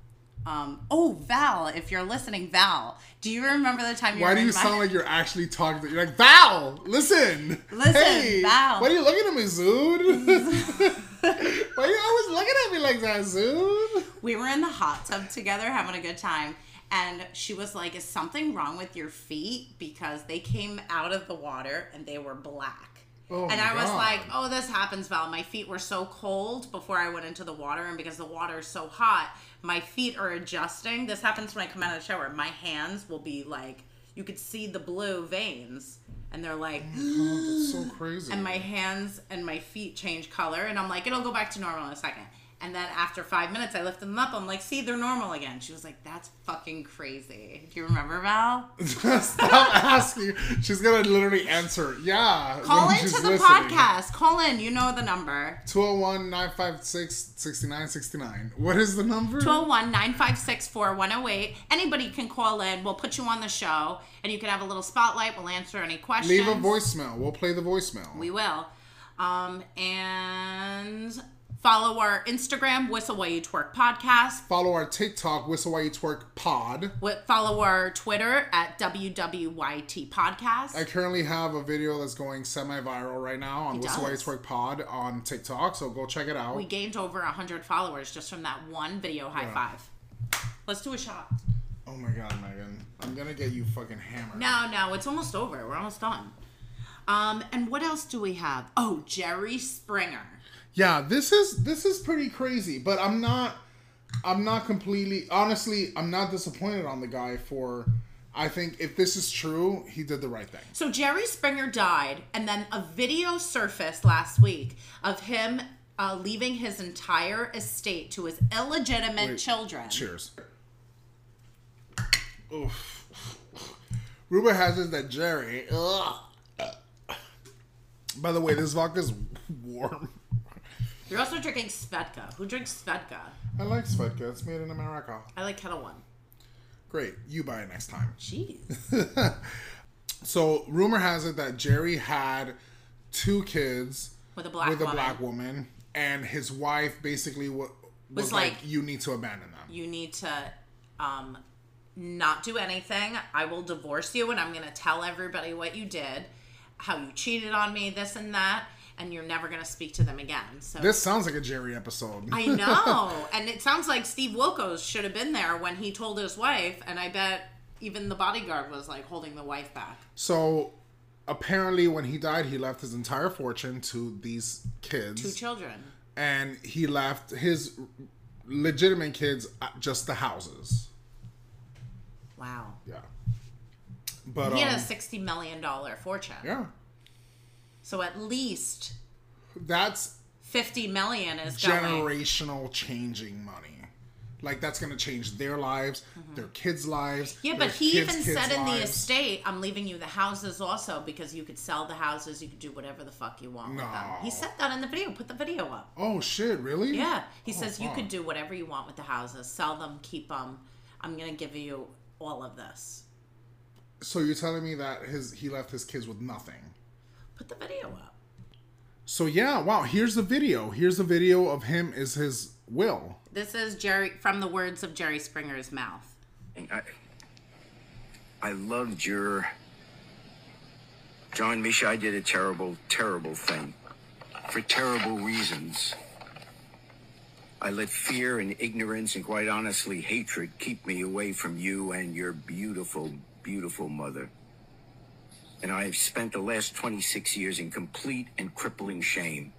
[SPEAKER 2] Um, oh, Val, if you're listening, Val, do you remember the time you
[SPEAKER 1] Why
[SPEAKER 2] were
[SPEAKER 1] do
[SPEAKER 2] in
[SPEAKER 1] you
[SPEAKER 2] my-
[SPEAKER 1] sound like you're actually talking? To, you're like Val. Listen.
[SPEAKER 2] Listen,
[SPEAKER 1] Hey,
[SPEAKER 2] Val."
[SPEAKER 1] Why are you looking at me, Zood? why you always looking at me like that, Zood?
[SPEAKER 2] we were in the hot tub together having a good time and she was like is something wrong with your feet because they came out of the water and they were black
[SPEAKER 1] Oh
[SPEAKER 2] and
[SPEAKER 1] my
[SPEAKER 2] i was
[SPEAKER 1] God.
[SPEAKER 2] like oh this happens val my feet were so cold before i went into the water and because the water is so hot my feet are adjusting this happens when i come out of the shower my hands will be like you could see the blue veins and they're like
[SPEAKER 1] That's so crazy.
[SPEAKER 2] and my hands and my feet change color and i'm like it'll go back to normal in a second and then after five minutes i lift them up i'm like see they're normal again she was like that's fucking crazy do you remember val
[SPEAKER 1] Stop asking. She's gonna literally answer. Yeah.
[SPEAKER 2] call into the podcast call in you know the number
[SPEAKER 1] 201 956 6969. What is the number?
[SPEAKER 2] 201-956-4108 anybody can call in we'll put you on the show and you can have a little spotlight we'll answer any questions
[SPEAKER 1] Leave a voicemail. We'll play the voicemail.
[SPEAKER 2] we will um and Follow our Instagram, Whistle While You Twerk Podcast.
[SPEAKER 1] Follow our TikTok, Whistle While You Twerk Pod.
[SPEAKER 2] Wi- Follow our Twitter at WWYT Podcast.
[SPEAKER 1] I currently have a video that's going semi-viral right now on Whistle While You
[SPEAKER 2] does.
[SPEAKER 1] Twerk Pod on TikTok, so go check it out.
[SPEAKER 2] We gained over 100 followers just from that one video high five. Let's do a shot.
[SPEAKER 1] oh my god, Megan, I'm gonna get you fucking hammered.
[SPEAKER 2] No, no, it's almost over. We're almost done. Um, and what else do we have? Oh, Jerry Springer.
[SPEAKER 1] Yeah, this is this is pretty crazy, but I'm not I'm not completely honestly, I'm not disappointed on the guy for I think if this is true, he did the right thing.
[SPEAKER 2] So Jerry Springer died, and then a video surfaced last week of him uh, leaving his entire estate to his illegitimate
[SPEAKER 1] Wait,
[SPEAKER 2] children.
[SPEAKER 1] Cheers. Oof. Rumor has it that Jerry. Ugh. By the way, this vodka's warm.
[SPEAKER 2] You're also drinking Svedka. Who drinks Svedka?
[SPEAKER 1] I like Svedka. It's made in America.
[SPEAKER 2] I like Kettle One.
[SPEAKER 1] Great. You buy it next time.
[SPEAKER 2] Jeez.
[SPEAKER 1] So, rumor has it that Jerry had two kids
[SPEAKER 2] With a black
[SPEAKER 1] with a
[SPEAKER 2] woman.
[SPEAKER 1] black woman, and his wife basically wa- was,
[SPEAKER 2] Was
[SPEAKER 1] like,
[SPEAKER 2] like-
[SPEAKER 1] "You need to abandon them."
[SPEAKER 2] You need to um, not do anything. I will divorce you, and I'm going to tell everybody what you did, how you cheated on me, this and that, and you're never going to speak to them again. So
[SPEAKER 1] This sounds like a Jerry episode.
[SPEAKER 2] I know. and it sounds like Steve Wilkos should have been there when he told his wife, and I bet even the bodyguard was like holding the wife back.
[SPEAKER 1] So apparently, when he died, he left his entire fortune to these kids,
[SPEAKER 2] Two children.
[SPEAKER 1] and he left his legitimate kids uh, just the houses.
[SPEAKER 2] Wow.
[SPEAKER 1] Yeah, but
[SPEAKER 2] He had
[SPEAKER 1] um,
[SPEAKER 2] a sixty million dollar fortune.
[SPEAKER 1] yeah,
[SPEAKER 2] So at least
[SPEAKER 1] that's
[SPEAKER 2] fifty million is going.
[SPEAKER 1] generational changing money. Like that's gonna change their lives, their kids' lives.
[SPEAKER 2] Mm-hmm. Yeah,
[SPEAKER 1] their
[SPEAKER 2] but he
[SPEAKER 1] kids'
[SPEAKER 2] even
[SPEAKER 1] kids'
[SPEAKER 2] said in the
[SPEAKER 1] lives.
[SPEAKER 2] estate, "I'm leaving you the houses also because you could sell the houses, you could do whatever the fuck you want with them."
[SPEAKER 1] No.
[SPEAKER 2] He said that in the video. Put the video up.
[SPEAKER 1] Oh shit! Really?
[SPEAKER 2] Yeah, he says you
[SPEAKER 1] Oh, fuck.
[SPEAKER 2] could do whatever you want with the houses, sell them, keep them. I'm gonna give you all of this.
[SPEAKER 1] So you're telling me that his he left his kids with nothing?
[SPEAKER 2] Put the video up.
[SPEAKER 1] So yeah, wow. Here's the video. Here's the video of him is his will.
[SPEAKER 2] This is Jerry from the words of Jerry Springer's mouth.
[SPEAKER 4] I, I loved your. John Misha, I did a terrible, terrible thing. For terrible reasons. I let fear and ignorance and quite honestly hatred keep me away from you and your beautiful, beautiful mother. And I have spent the last 26 years in complete and crippling shame.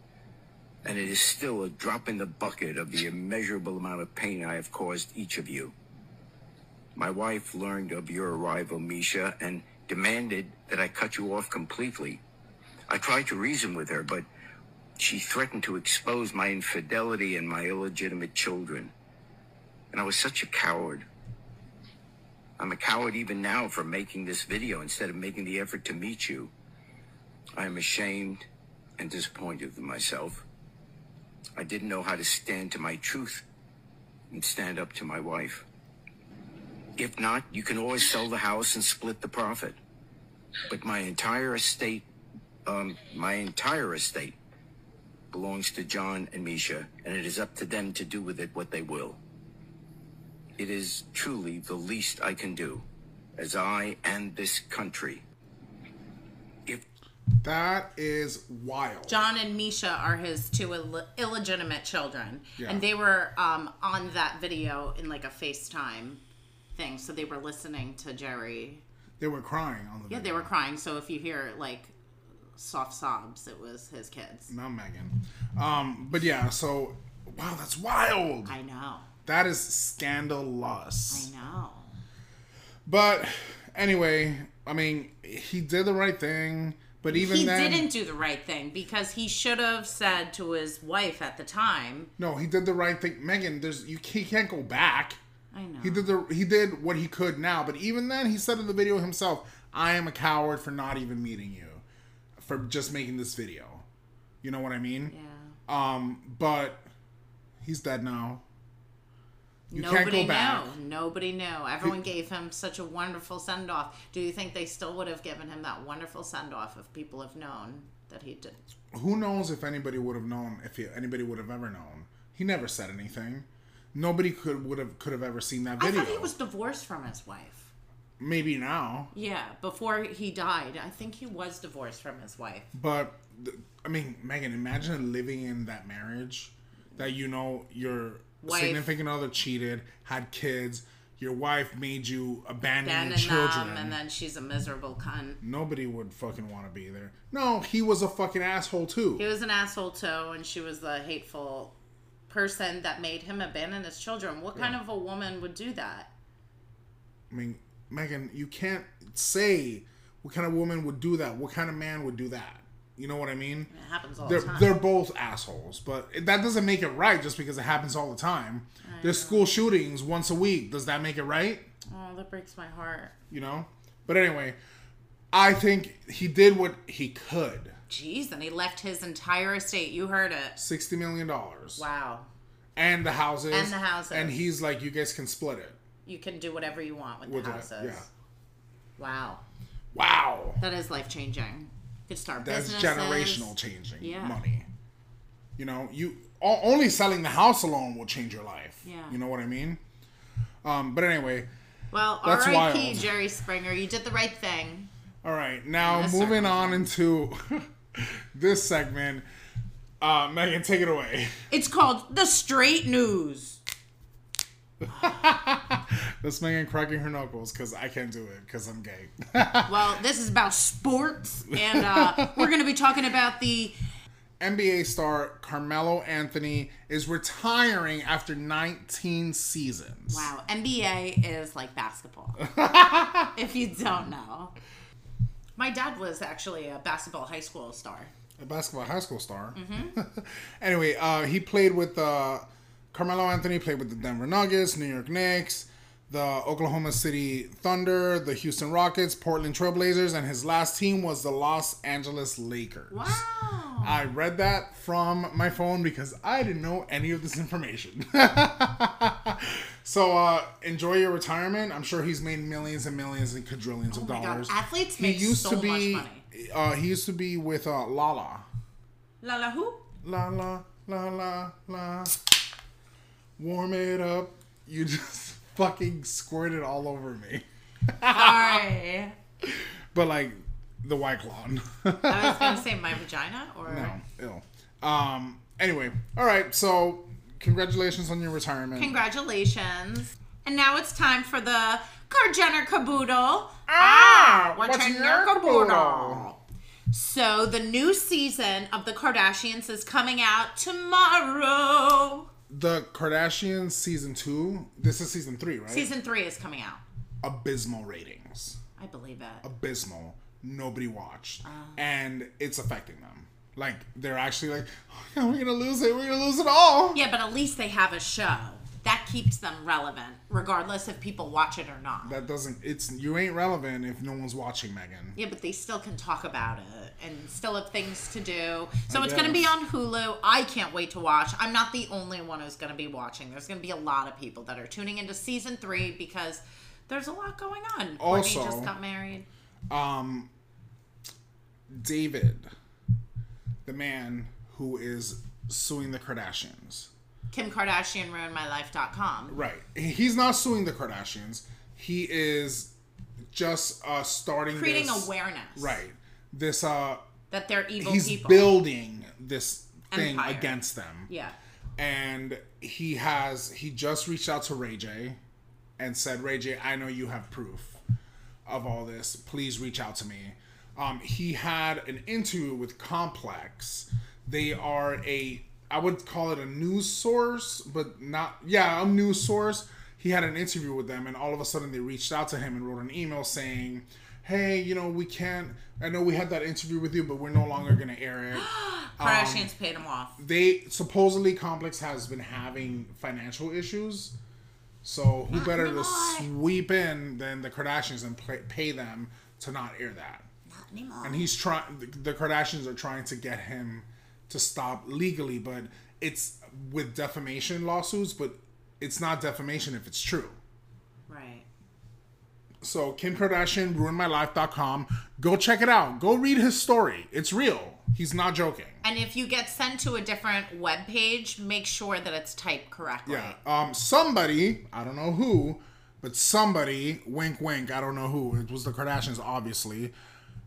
[SPEAKER 4] And it is still a drop in the bucket of the immeasurable amount of pain I have caused each of you. My wife learned of your arrival, Misha, and demanded that I cut you off completely. I tried to reason with her, but she threatened to expose my infidelity and my illegitimate children. And I was such a coward. I'm a coward even now for making this video instead of making the effort to meet you. I am ashamed and disappointed in myself. I didn't know how to stand to my truth and stand up to my wife. If not, you can always sell the house and split the profit. But my entire estate, um, my entire estate belongs to John and Misha, and it is up to them to do with it what they will. It is truly the least I can do, as I and this country. If
[SPEAKER 1] That is wild.
[SPEAKER 2] John and Misha are his two Ill- illegitimate children,
[SPEAKER 1] Yeah.
[SPEAKER 2] and they were um, on that video in like a FaceTime thing, so they were listening to Jerry.
[SPEAKER 1] they were crying on the
[SPEAKER 2] Yeah, they were crying. So if you hear like soft sobs, it was his kids.
[SPEAKER 1] not Megan. Um, but yeah, so wow, that's wild.
[SPEAKER 2] I know.
[SPEAKER 1] that is
[SPEAKER 2] I
[SPEAKER 1] scandalous.
[SPEAKER 2] know.
[SPEAKER 1] But anyway, I mean, he did the right thing. But even
[SPEAKER 2] he
[SPEAKER 1] then,
[SPEAKER 2] didn't do the right thing because he should have said to his wife at the time,
[SPEAKER 1] no, he did the right thing. Megan, there's you he can't go back.
[SPEAKER 2] I know.
[SPEAKER 1] He did the he did what he could now, but even then, he said in the video himself, "I am a coward for not even meeting you, for just making this video." You know what I mean?
[SPEAKER 2] yeah.
[SPEAKER 1] Um, but he's dead now. You
[SPEAKER 2] Nobody
[SPEAKER 1] can't go back.
[SPEAKER 2] knew. Nobody knew. Everyone gave him such a wonderful send off. Do you think they still would have given him that wonderful send off if people have known that he did?
[SPEAKER 1] Who knows if anybody would have known if he, anybody would have ever known? He never said anything. Nobody could would have could have ever seen that video.
[SPEAKER 2] I thought he was divorced from his wife.
[SPEAKER 1] Maybe now,
[SPEAKER 2] Yeah, before he died, I think he was divorced from his wife.
[SPEAKER 1] but th- I mean, Megan, imagine living in that marriage that you know your
[SPEAKER 2] Wife.
[SPEAKER 1] significant other cheated, had kids. Your wife made you abandon
[SPEAKER 2] Ben
[SPEAKER 1] your
[SPEAKER 2] and
[SPEAKER 1] children.
[SPEAKER 2] them, and then she's a miserable cunt.
[SPEAKER 1] Nobody would fucking want to be there. No, he was a fucking asshole too.
[SPEAKER 2] He was an asshole too, and she was the hateful person that made him abandon his children. What kind of a woman would do that?
[SPEAKER 1] I mean, Megan, you can't say what kind of woman would do that. What kind of man would do that? You know what I mean?
[SPEAKER 2] It happens all
[SPEAKER 1] They're
[SPEAKER 2] the time.
[SPEAKER 1] they're both assholes, but that doesn't make it right just because it happens all the time. There's school shootings once a week. Does that make it right?
[SPEAKER 2] oh, that breaks my heart.
[SPEAKER 1] You know. But anyway, I think he did what he could.
[SPEAKER 2] Jeez, and he left his entire estate. You heard it.
[SPEAKER 1] Sixty million dollars.
[SPEAKER 2] Wow.
[SPEAKER 1] And the houses.
[SPEAKER 2] And the houses.
[SPEAKER 1] And he's like, you guys can split it.
[SPEAKER 2] You can do whatever you want with,
[SPEAKER 1] With
[SPEAKER 2] the
[SPEAKER 1] that,
[SPEAKER 2] houses.
[SPEAKER 1] yeah.
[SPEAKER 2] Wow.
[SPEAKER 1] Wow.
[SPEAKER 2] That is life changing. Could start
[SPEAKER 1] that's
[SPEAKER 2] businesses.
[SPEAKER 1] generational changing
[SPEAKER 2] Yeah.
[SPEAKER 1] money you know you o- only selling the house alone will change your life
[SPEAKER 2] Yeah.
[SPEAKER 1] you know what i mean um but anyway
[SPEAKER 2] Well,
[SPEAKER 1] That's
[SPEAKER 2] R.I.P.
[SPEAKER 1] wild.
[SPEAKER 2] Jerry Springer. You did the right thing.
[SPEAKER 1] all right now
[SPEAKER 2] That's
[SPEAKER 1] moving
[SPEAKER 2] circumcised.
[SPEAKER 1] on into this segment uh megan take it away
[SPEAKER 2] It's called the straight news.
[SPEAKER 1] this megan cracking her knuckles because i can't do it because i'm gay
[SPEAKER 2] Well, this is about sports, and uh, we're going to be talking about the
[SPEAKER 1] nba star carmelo anthony is retiring after 19 seasons
[SPEAKER 2] wow. NBA is like basketball. if you don't know, my dad was actually a basketball high school star.
[SPEAKER 1] a basketball high school star.
[SPEAKER 2] Mm-hmm.
[SPEAKER 1] anyway, uh, he played with uh, Carmelo Anthony played with the Denver Nuggets, New York Knicks, the Oklahoma City Thunder, the Houston Rockets, Portland Trailblazers, and his last team was the Los Angeles Lakers.
[SPEAKER 2] Wow.
[SPEAKER 1] I read that from my phone because I didn't know any of this information. so uh, enjoy your retirement. I'm sure he's made millions and millions and quadrillions of
[SPEAKER 2] Oh my God,
[SPEAKER 1] dollars.
[SPEAKER 2] athletes make so much
[SPEAKER 1] be,
[SPEAKER 2] money.
[SPEAKER 1] Uh, he used to be with uh, Lala.
[SPEAKER 2] La la who?
[SPEAKER 1] La la la la la. Warm it up. You just fucking squirted all over me.
[SPEAKER 2] Sorry.
[SPEAKER 1] But like the white claw.
[SPEAKER 2] I was going to say my vagina or.
[SPEAKER 1] no, ill. Um. Anyway, all right. So congratulations on your retirement.
[SPEAKER 2] Congratulations. And now it's time for the Car Jenner Caboodle.
[SPEAKER 1] Ah,
[SPEAKER 2] what's in your caboodle? So the new season of The Kardashians is coming out tomorrow.
[SPEAKER 1] The Kardashians season two. This is season three, right?
[SPEAKER 2] Season three is coming out.
[SPEAKER 1] Abysmal ratings.
[SPEAKER 2] I believe it.
[SPEAKER 1] abysmal. Nobody watched,
[SPEAKER 2] Uh-huh.
[SPEAKER 1] and it's affecting them. Like they're actually like, oh, yeah, we're gonna lose it. We're gonna lose it all.
[SPEAKER 2] Yeah, but at least they have a show. That keeps them relevant, regardless if people watch it or not.
[SPEAKER 1] That doesn't. It's you ain't relevant if no one's watching, Megan.
[SPEAKER 2] Yeah, but they still can talk about it and still have things to do. So it's going to
[SPEAKER 1] guess.
[SPEAKER 2] be on Hulu. I can't wait to watch. I'm not the only one who's going to be watching. There's going to be a lot of people that are tuning into season three because there's a lot going on.
[SPEAKER 1] Also-
[SPEAKER 2] Courtney just got married.
[SPEAKER 1] Um, David, the man who is suing the Kardashians.
[SPEAKER 2] Kim Kardashian ruined my life.com.
[SPEAKER 1] Right. He's not suing the Kardashians. He is just uh starting
[SPEAKER 2] Creating
[SPEAKER 1] this-
[SPEAKER 2] awareness.
[SPEAKER 1] Right. This uh,
[SPEAKER 2] That they're evil
[SPEAKER 1] he's
[SPEAKER 2] people.
[SPEAKER 1] building this thing
[SPEAKER 2] Empire.
[SPEAKER 1] against them.
[SPEAKER 2] yeah.
[SPEAKER 1] and he has he just reached out to Ray J and said, Ray J, I know you have proof of all this. Please reach out to me. Um, he had an interview with Complex. They are a I would call it a news source, but not yeah, a news source. He had an interview with them, and all of a sudden they reached out to him and wrote an email saying, "Hey, you know, we can't. I know we had that interview with you, but we're no longer going to air it."
[SPEAKER 2] Kardashians paid him off.
[SPEAKER 1] they supposedly complex has been having financial issues so who better to
[SPEAKER 2] anymore.
[SPEAKER 1] sweep in than the kardashians and pay, pay them to not air that
[SPEAKER 2] Not anymore.
[SPEAKER 1] and he's trying the kardashians are trying to get him to stop legally but it's with defamation lawsuits but it's not defamation if it's true.
[SPEAKER 2] Right.
[SPEAKER 1] So Kim Kardashian ruinedmylife.com. Go check it out. Go read his story. It's real. He's not joking.
[SPEAKER 2] And if you get sent to a different web page, make sure that it's typed correctly.
[SPEAKER 1] Yeah. Um. Somebody, I don't know who, but somebody, wink, wink, I don't know who. It was the Kardashians, obviously.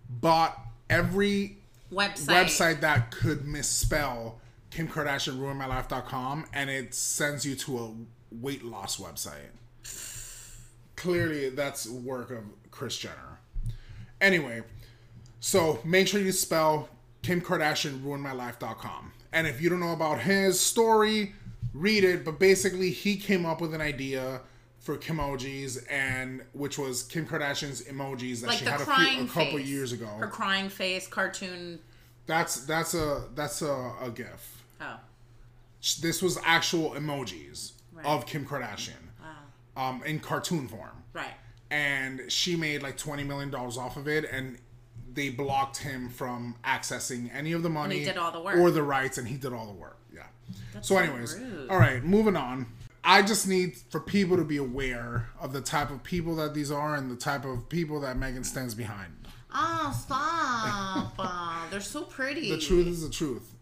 [SPEAKER 1] Bought every
[SPEAKER 2] Website.
[SPEAKER 1] website that could misspell Kim Kardashian ruinmylife.com and it sends you to a weight loss website. Clearly, that's work of Chris Jenner. Anyway, so make sure you spell Kim Kardashian ruinmylife.com. And if you don't know about his story, read it. But basically, he came up with an idea for Kimojis, and which was Kim Kardashian's emojis that
[SPEAKER 2] Like
[SPEAKER 1] she
[SPEAKER 2] the
[SPEAKER 1] had a,
[SPEAKER 2] crying
[SPEAKER 1] few, a couple
[SPEAKER 2] face.
[SPEAKER 1] years ago.
[SPEAKER 2] Her crying face cartoon.
[SPEAKER 1] That's that's a that's a, a gif.
[SPEAKER 2] Oh.
[SPEAKER 1] This was actual emojis
[SPEAKER 2] Right.
[SPEAKER 1] of Kim Kardashian, um, in cartoon form,
[SPEAKER 2] Right.
[SPEAKER 1] and she made like twenty million dollars off of it, and they blocked him from accessing any of the money,
[SPEAKER 2] did all the work.
[SPEAKER 1] or the rights, and he did all the work. Yeah. so,
[SPEAKER 2] so
[SPEAKER 1] anyways,
[SPEAKER 2] rude.
[SPEAKER 1] all right, moving on. I just need for people to be aware of the type of people that these are and the type of people that Megan stands behind.
[SPEAKER 2] Oh, stop. Aw, they're so pretty.
[SPEAKER 1] The truth is the truth.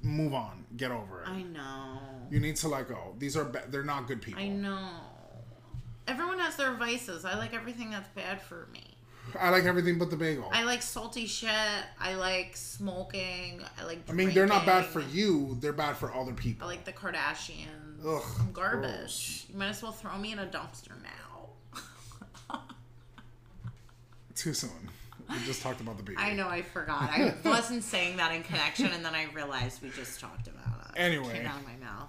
[SPEAKER 1] Move on. Get over it.
[SPEAKER 2] I know.
[SPEAKER 1] You need to let go. These are ba- they're not good people.
[SPEAKER 2] I know. Everyone has their vices. I like everything that's bad for me.
[SPEAKER 1] I like everything but the bagel.
[SPEAKER 2] I
[SPEAKER 1] I,
[SPEAKER 2] like salty shit. I like smoking. I like. Drinking.
[SPEAKER 1] mean, they're not bad for you. They're bad for other
[SPEAKER 2] I
[SPEAKER 1] people.
[SPEAKER 2] like the Kardashians.
[SPEAKER 1] Ugh,
[SPEAKER 2] I'm garbage.
[SPEAKER 1] gross.
[SPEAKER 2] You might as well throw me in a dumpster now.
[SPEAKER 1] Too soon. We just talked about the bagel.
[SPEAKER 2] I know I forgot. I wasn't saying that in connection, and then I realized we just talked about it.
[SPEAKER 1] Anyway.
[SPEAKER 2] it came out of my mouth.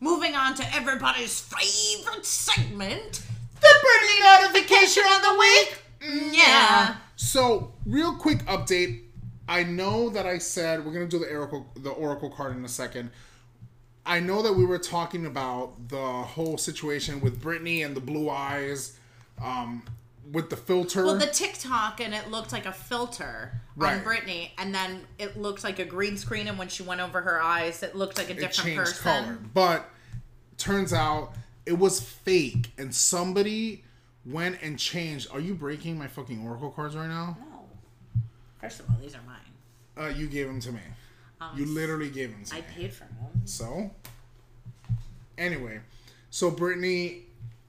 [SPEAKER 2] Moving on to everybody's favorite segment, the Bernie notification of the week. Mm, Yeah.
[SPEAKER 1] So, real quick update. I know that I said we're gonna do the oracle, the oracle card in a second. I know that we were talking about the whole situation with Britney and the blue eyes, um, with the filter.
[SPEAKER 2] Well, the TikTok and it looked like a filter on
[SPEAKER 1] Right.
[SPEAKER 2] Britney, and then it looked like a green screen, and when she went over her eyes, it looked like a
[SPEAKER 1] it
[SPEAKER 2] different
[SPEAKER 1] changed
[SPEAKER 2] person.
[SPEAKER 1] color. But turns out it was fake, and somebody went and changed. Are you breaking my fucking oracle cards right now?
[SPEAKER 2] No. First of all, these are mine.
[SPEAKER 1] Uh, you gave them to me. you literally gave them to
[SPEAKER 2] Um, I
[SPEAKER 1] me.
[SPEAKER 2] paid for them.
[SPEAKER 1] So, anyway, so Brittany,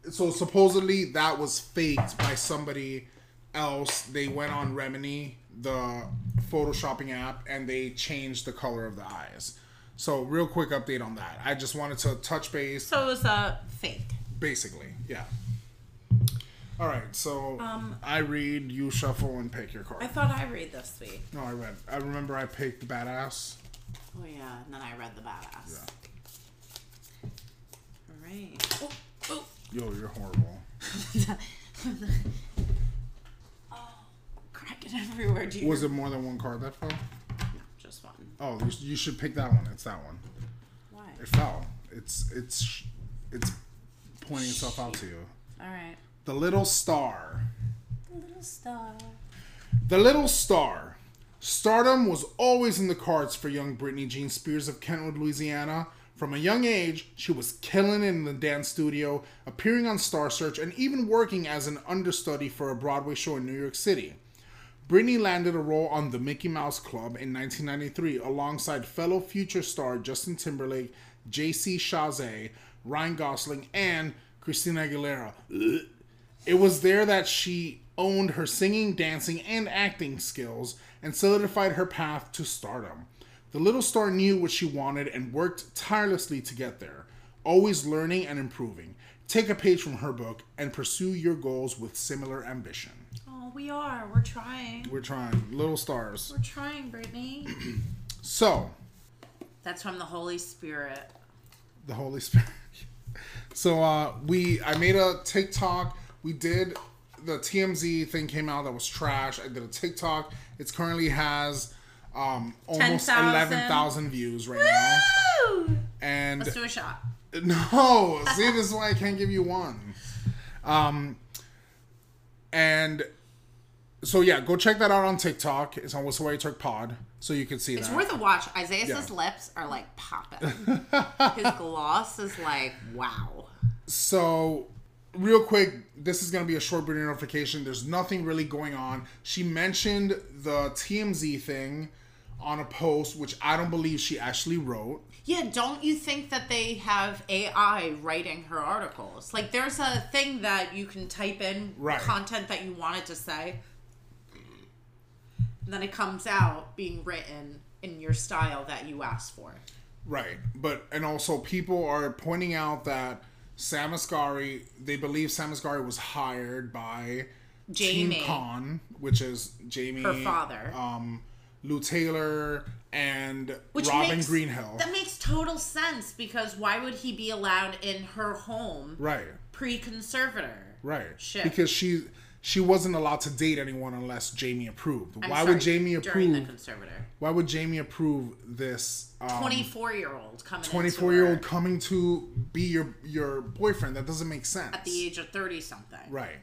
[SPEAKER 1] so supposedly that was faked by somebody else. They went on Remini, the photoshopping app, and they changed the color of the eyes. So, real quick update on that. I just wanted to touch base.
[SPEAKER 2] So it was a fake.
[SPEAKER 1] basically yeah all right so i read you shuffle and pick your card
[SPEAKER 2] I thought I read this week.
[SPEAKER 1] no i read i remember i picked badass
[SPEAKER 2] Oh yeah, and then I read the badass.
[SPEAKER 1] yeah
[SPEAKER 2] All right. Oh, oh.
[SPEAKER 1] yo you're horrible
[SPEAKER 2] Oh, Crack it everywhere. Do you
[SPEAKER 1] was it more than one card that fell
[SPEAKER 2] No, just one?
[SPEAKER 1] oh you, you should pick that one it's that one
[SPEAKER 2] Why?
[SPEAKER 1] it fell it's it's it's pointing itself out to you
[SPEAKER 2] All right.
[SPEAKER 1] the little star
[SPEAKER 2] Little star.
[SPEAKER 1] The Little Star. Stardom was always in the cards for young Britney Jean Spears of Kentwood, Louisiana. From a young age, she was killing it in the dance studio, appearing on Star Search, and even working as an understudy for a Broadway show in New York City. Britney landed a role on The Mickey Mouse Club in 1993 alongside fellow future star Justin Timberlake, J.C. Chazé, Ryan Gosling, and Christina Aguilera. Ugh. It was there that she owned her singing, dancing, and acting skills and solidified her path to stardom. The little star knew what she wanted and worked tirelessly to get there, always learning and improving. Take a page from her book and pursue your goals with similar ambition.
[SPEAKER 2] Oh, we are. We're trying.
[SPEAKER 1] We're trying, little stars.
[SPEAKER 2] We're trying, Brittany.
[SPEAKER 1] So,
[SPEAKER 2] That's from the Holy Spirit.
[SPEAKER 1] the Holy Spirit. So uh, we, I made a TikTok. We did the TMZ thing came out that was trash. I did a TikTok. It's currently has um, almost
[SPEAKER 2] 10,000.
[SPEAKER 1] eleven thousand views right now.
[SPEAKER 2] Woo!
[SPEAKER 1] And
[SPEAKER 2] Let's do a shot.
[SPEAKER 1] no, see, this is why I can't give you one. Um, and So yeah, go check that out on TikTok. It's on What's the Way Turk Pod, so you can see
[SPEAKER 2] It's
[SPEAKER 1] that.
[SPEAKER 2] worth a watch. Isaiah's
[SPEAKER 1] Yeah.
[SPEAKER 2] lips are like popping. His gloss is like wow.
[SPEAKER 1] So, real quick, this is going to be a short video notification. There's nothing really going on. She mentioned the TMZ thing on a post, which I don't believe she actually wrote.
[SPEAKER 2] Yeah, don't you think that they have AI writing her articles? Like, there's a thing that you can type in
[SPEAKER 1] Right.
[SPEAKER 2] content that you wanted to say, and then it comes out being written in your style that you asked for.
[SPEAKER 1] Right. But, and also people are pointing out that Sam Asghari, they believe Sam Asghari was hired by
[SPEAKER 2] Jamie.
[SPEAKER 1] Team Khan, which is Jamie,
[SPEAKER 2] Her father.
[SPEAKER 1] um, Lou Taylor, and
[SPEAKER 2] Which
[SPEAKER 1] Robin
[SPEAKER 2] makes,
[SPEAKER 1] Greenhill.
[SPEAKER 2] That makes total sense because why would he be allowed in her home
[SPEAKER 1] right.
[SPEAKER 2] pre conservator?
[SPEAKER 1] Right.
[SPEAKER 2] Shit.
[SPEAKER 1] Because she she wasn't allowed to date anyone unless Jamie approved.
[SPEAKER 2] I'm
[SPEAKER 1] why
[SPEAKER 2] sorry,
[SPEAKER 1] would Jamie
[SPEAKER 2] During the
[SPEAKER 1] approve?
[SPEAKER 2] conservator.
[SPEAKER 1] Why would Jamie approve this
[SPEAKER 2] 24 year old coming into
[SPEAKER 1] twenty four year
[SPEAKER 2] her
[SPEAKER 1] old coming to be your your boyfriend? That doesn't make sense.
[SPEAKER 2] at the age of 30 something.
[SPEAKER 1] right.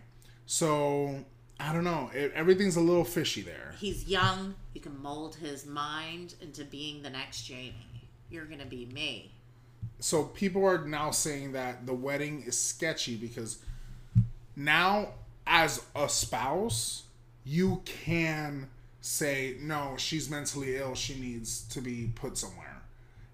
[SPEAKER 1] So I don't know. It, everything's a little fishy there.
[SPEAKER 2] He's young. You can mold his mind into being the next Jamie. You're gonna be me.
[SPEAKER 1] So people are now saying that the wedding is sketchy because now as a spouse you can say no she's mentally ill she needs to be put somewhere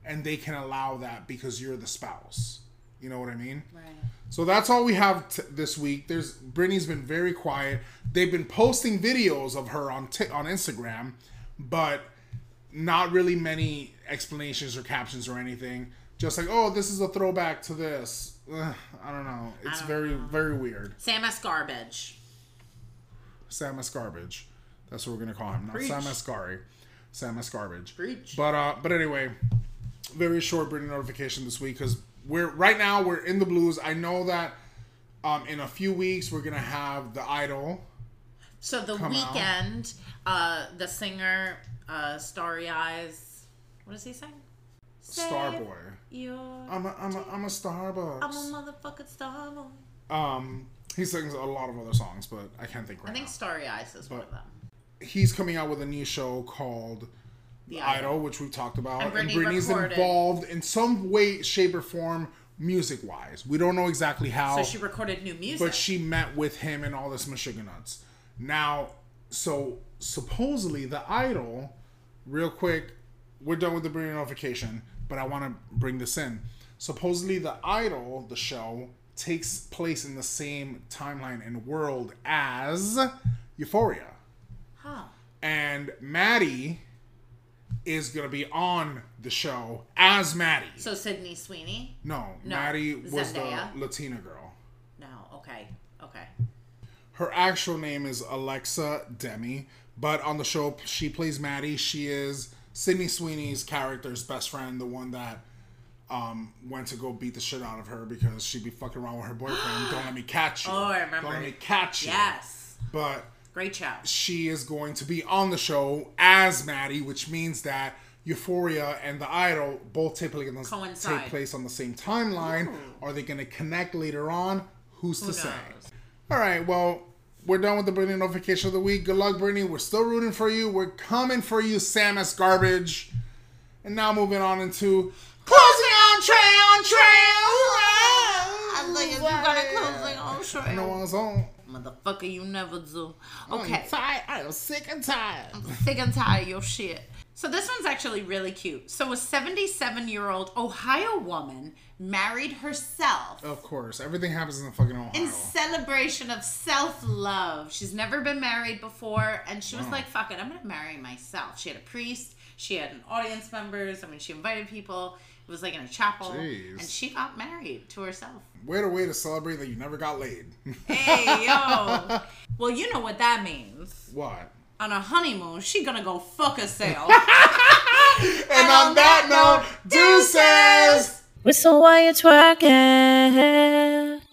[SPEAKER 1] and they can allow that because you're the spouse you know what i mean
[SPEAKER 2] Right.
[SPEAKER 1] so that's all we have t- this week there's brittany's been very quiet they've been posting videos of her on Tik on instagram but not really many explanations or captions or anything just like oh this is a throwback to this Ugh, i don't know it's very very weird
[SPEAKER 2] Sam S. Garbage.
[SPEAKER 1] Sam S. Garbage. That's what we're gonna call him. Not
[SPEAKER 2] Preach.
[SPEAKER 1] Sam S. Gary. Sam S. Garbage.
[SPEAKER 2] Preach.
[SPEAKER 1] But uh, but anyway, very short Brittany notification this week because we're right now we're in the blues. I know that um, in a few weeks we're gonna have the Idol.
[SPEAKER 2] So the
[SPEAKER 1] out.
[SPEAKER 2] weekend, uh, the singer, uh, Starry Eyes. What does he sing?
[SPEAKER 1] Starboy.
[SPEAKER 2] You.
[SPEAKER 1] I'm a, I'm a, I'm a Starbucks.
[SPEAKER 2] I'm a motherfucking starboy.
[SPEAKER 1] um, he sings a lot of other songs, but I can't think right
[SPEAKER 2] I think
[SPEAKER 1] now.
[SPEAKER 2] Starry Eyes is one of them.
[SPEAKER 1] He's coming out with a new show called
[SPEAKER 2] The
[SPEAKER 1] Idol, which we talked about,
[SPEAKER 2] And
[SPEAKER 1] and,
[SPEAKER 2] Britney
[SPEAKER 1] Britney's
[SPEAKER 2] recorded.
[SPEAKER 1] involved in some way, shape, or form, music wise. We don't know exactly how,
[SPEAKER 2] So she recorded new music.
[SPEAKER 1] but she met with him and all this Michigan nuts. Now, so supposedly the Idol, real quick, we're done with the Britney notification, but I want to bring this in. Supposedly the Idol, the show, takes place in the same timeline and world as Euphoria
[SPEAKER 2] huh.
[SPEAKER 1] and Maddie is gonna be on the show as Maddie.
[SPEAKER 2] So Sydney Sweeney.
[SPEAKER 1] no,
[SPEAKER 2] No,
[SPEAKER 1] Maddie was
[SPEAKER 2] Zendaya.
[SPEAKER 1] the Latina girl.
[SPEAKER 2] No. Okay. Okay.
[SPEAKER 1] Her actual name is Alexa Demi, but on the show she plays Maddie. She is Sydney Sweeney's character's best friend, the one that um, went to go beat the shit out of her because she'd be fucking around with her boyfriend. Don't let me catch you.
[SPEAKER 2] Oh, I remember.
[SPEAKER 1] Don't let me catch you.
[SPEAKER 2] Yes.
[SPEAKER 1] But
[SPEAKER 2] Great show.
[SPEAKER 1] she is going to be on the show as Maddie, which means that Euphoria and The Idol both typically gonna
[SPEAKER 2] Coincide.
[SPEAKER 1] take place on the same timeline. Are they going to connect later on? Who's to
[SPEAKER 2] Who
[SPEAKER 1] say?
[SPEAKER 2] knows?
[SPEAKER 1] All right, well, we're done with the Brittany notification of the week. Good luck, Brittany. We're still rooting for you. We're coming for you, Samus Garbage. And now moving on into closing on trail, trail.
[SPEAKER 2] I think you gotta close like oh
[SPEAKER 1] No
[SPEAKER 2] sure.
[SPEAKER 1] one's on.
[SPEAKER 2] Motherfucker, you never do.
[SPEAKER 1] I'm
[SPEAKER 2] Okay.
[SPEAKER 1] tired. I'm sick and tired.
[SPEAKER 2] Sick and tired of your shit. So this one's actually really cute. So a 77 year old Ohio woman married herself
[SPEAKER 1] Of course, everything happens in the fucking Ohio.
[SPEAKER 2] in celebration of self love. She's never been married before, and she was like, fuck it, I'm gonna marry myself. She had a priest, she had an audience members, I mean, she invited people. It was like in a chapel,
[SPEAKER 1] Jeez.
[SPEAKER 2] and she got married to herself.
[SPEAKER 1] Way to way to celebrate that you never got laid.
[SPEAKER 2] Hey, yo. well, you know what that means.
[SPEAKER 1] what?
[SPEAKER 2] on a honeymoon, she gonna go fuck herself.
[SPEAKER 1] And, on that, note, deuces.
[SPEAKER 5] Whistle while you're twerking.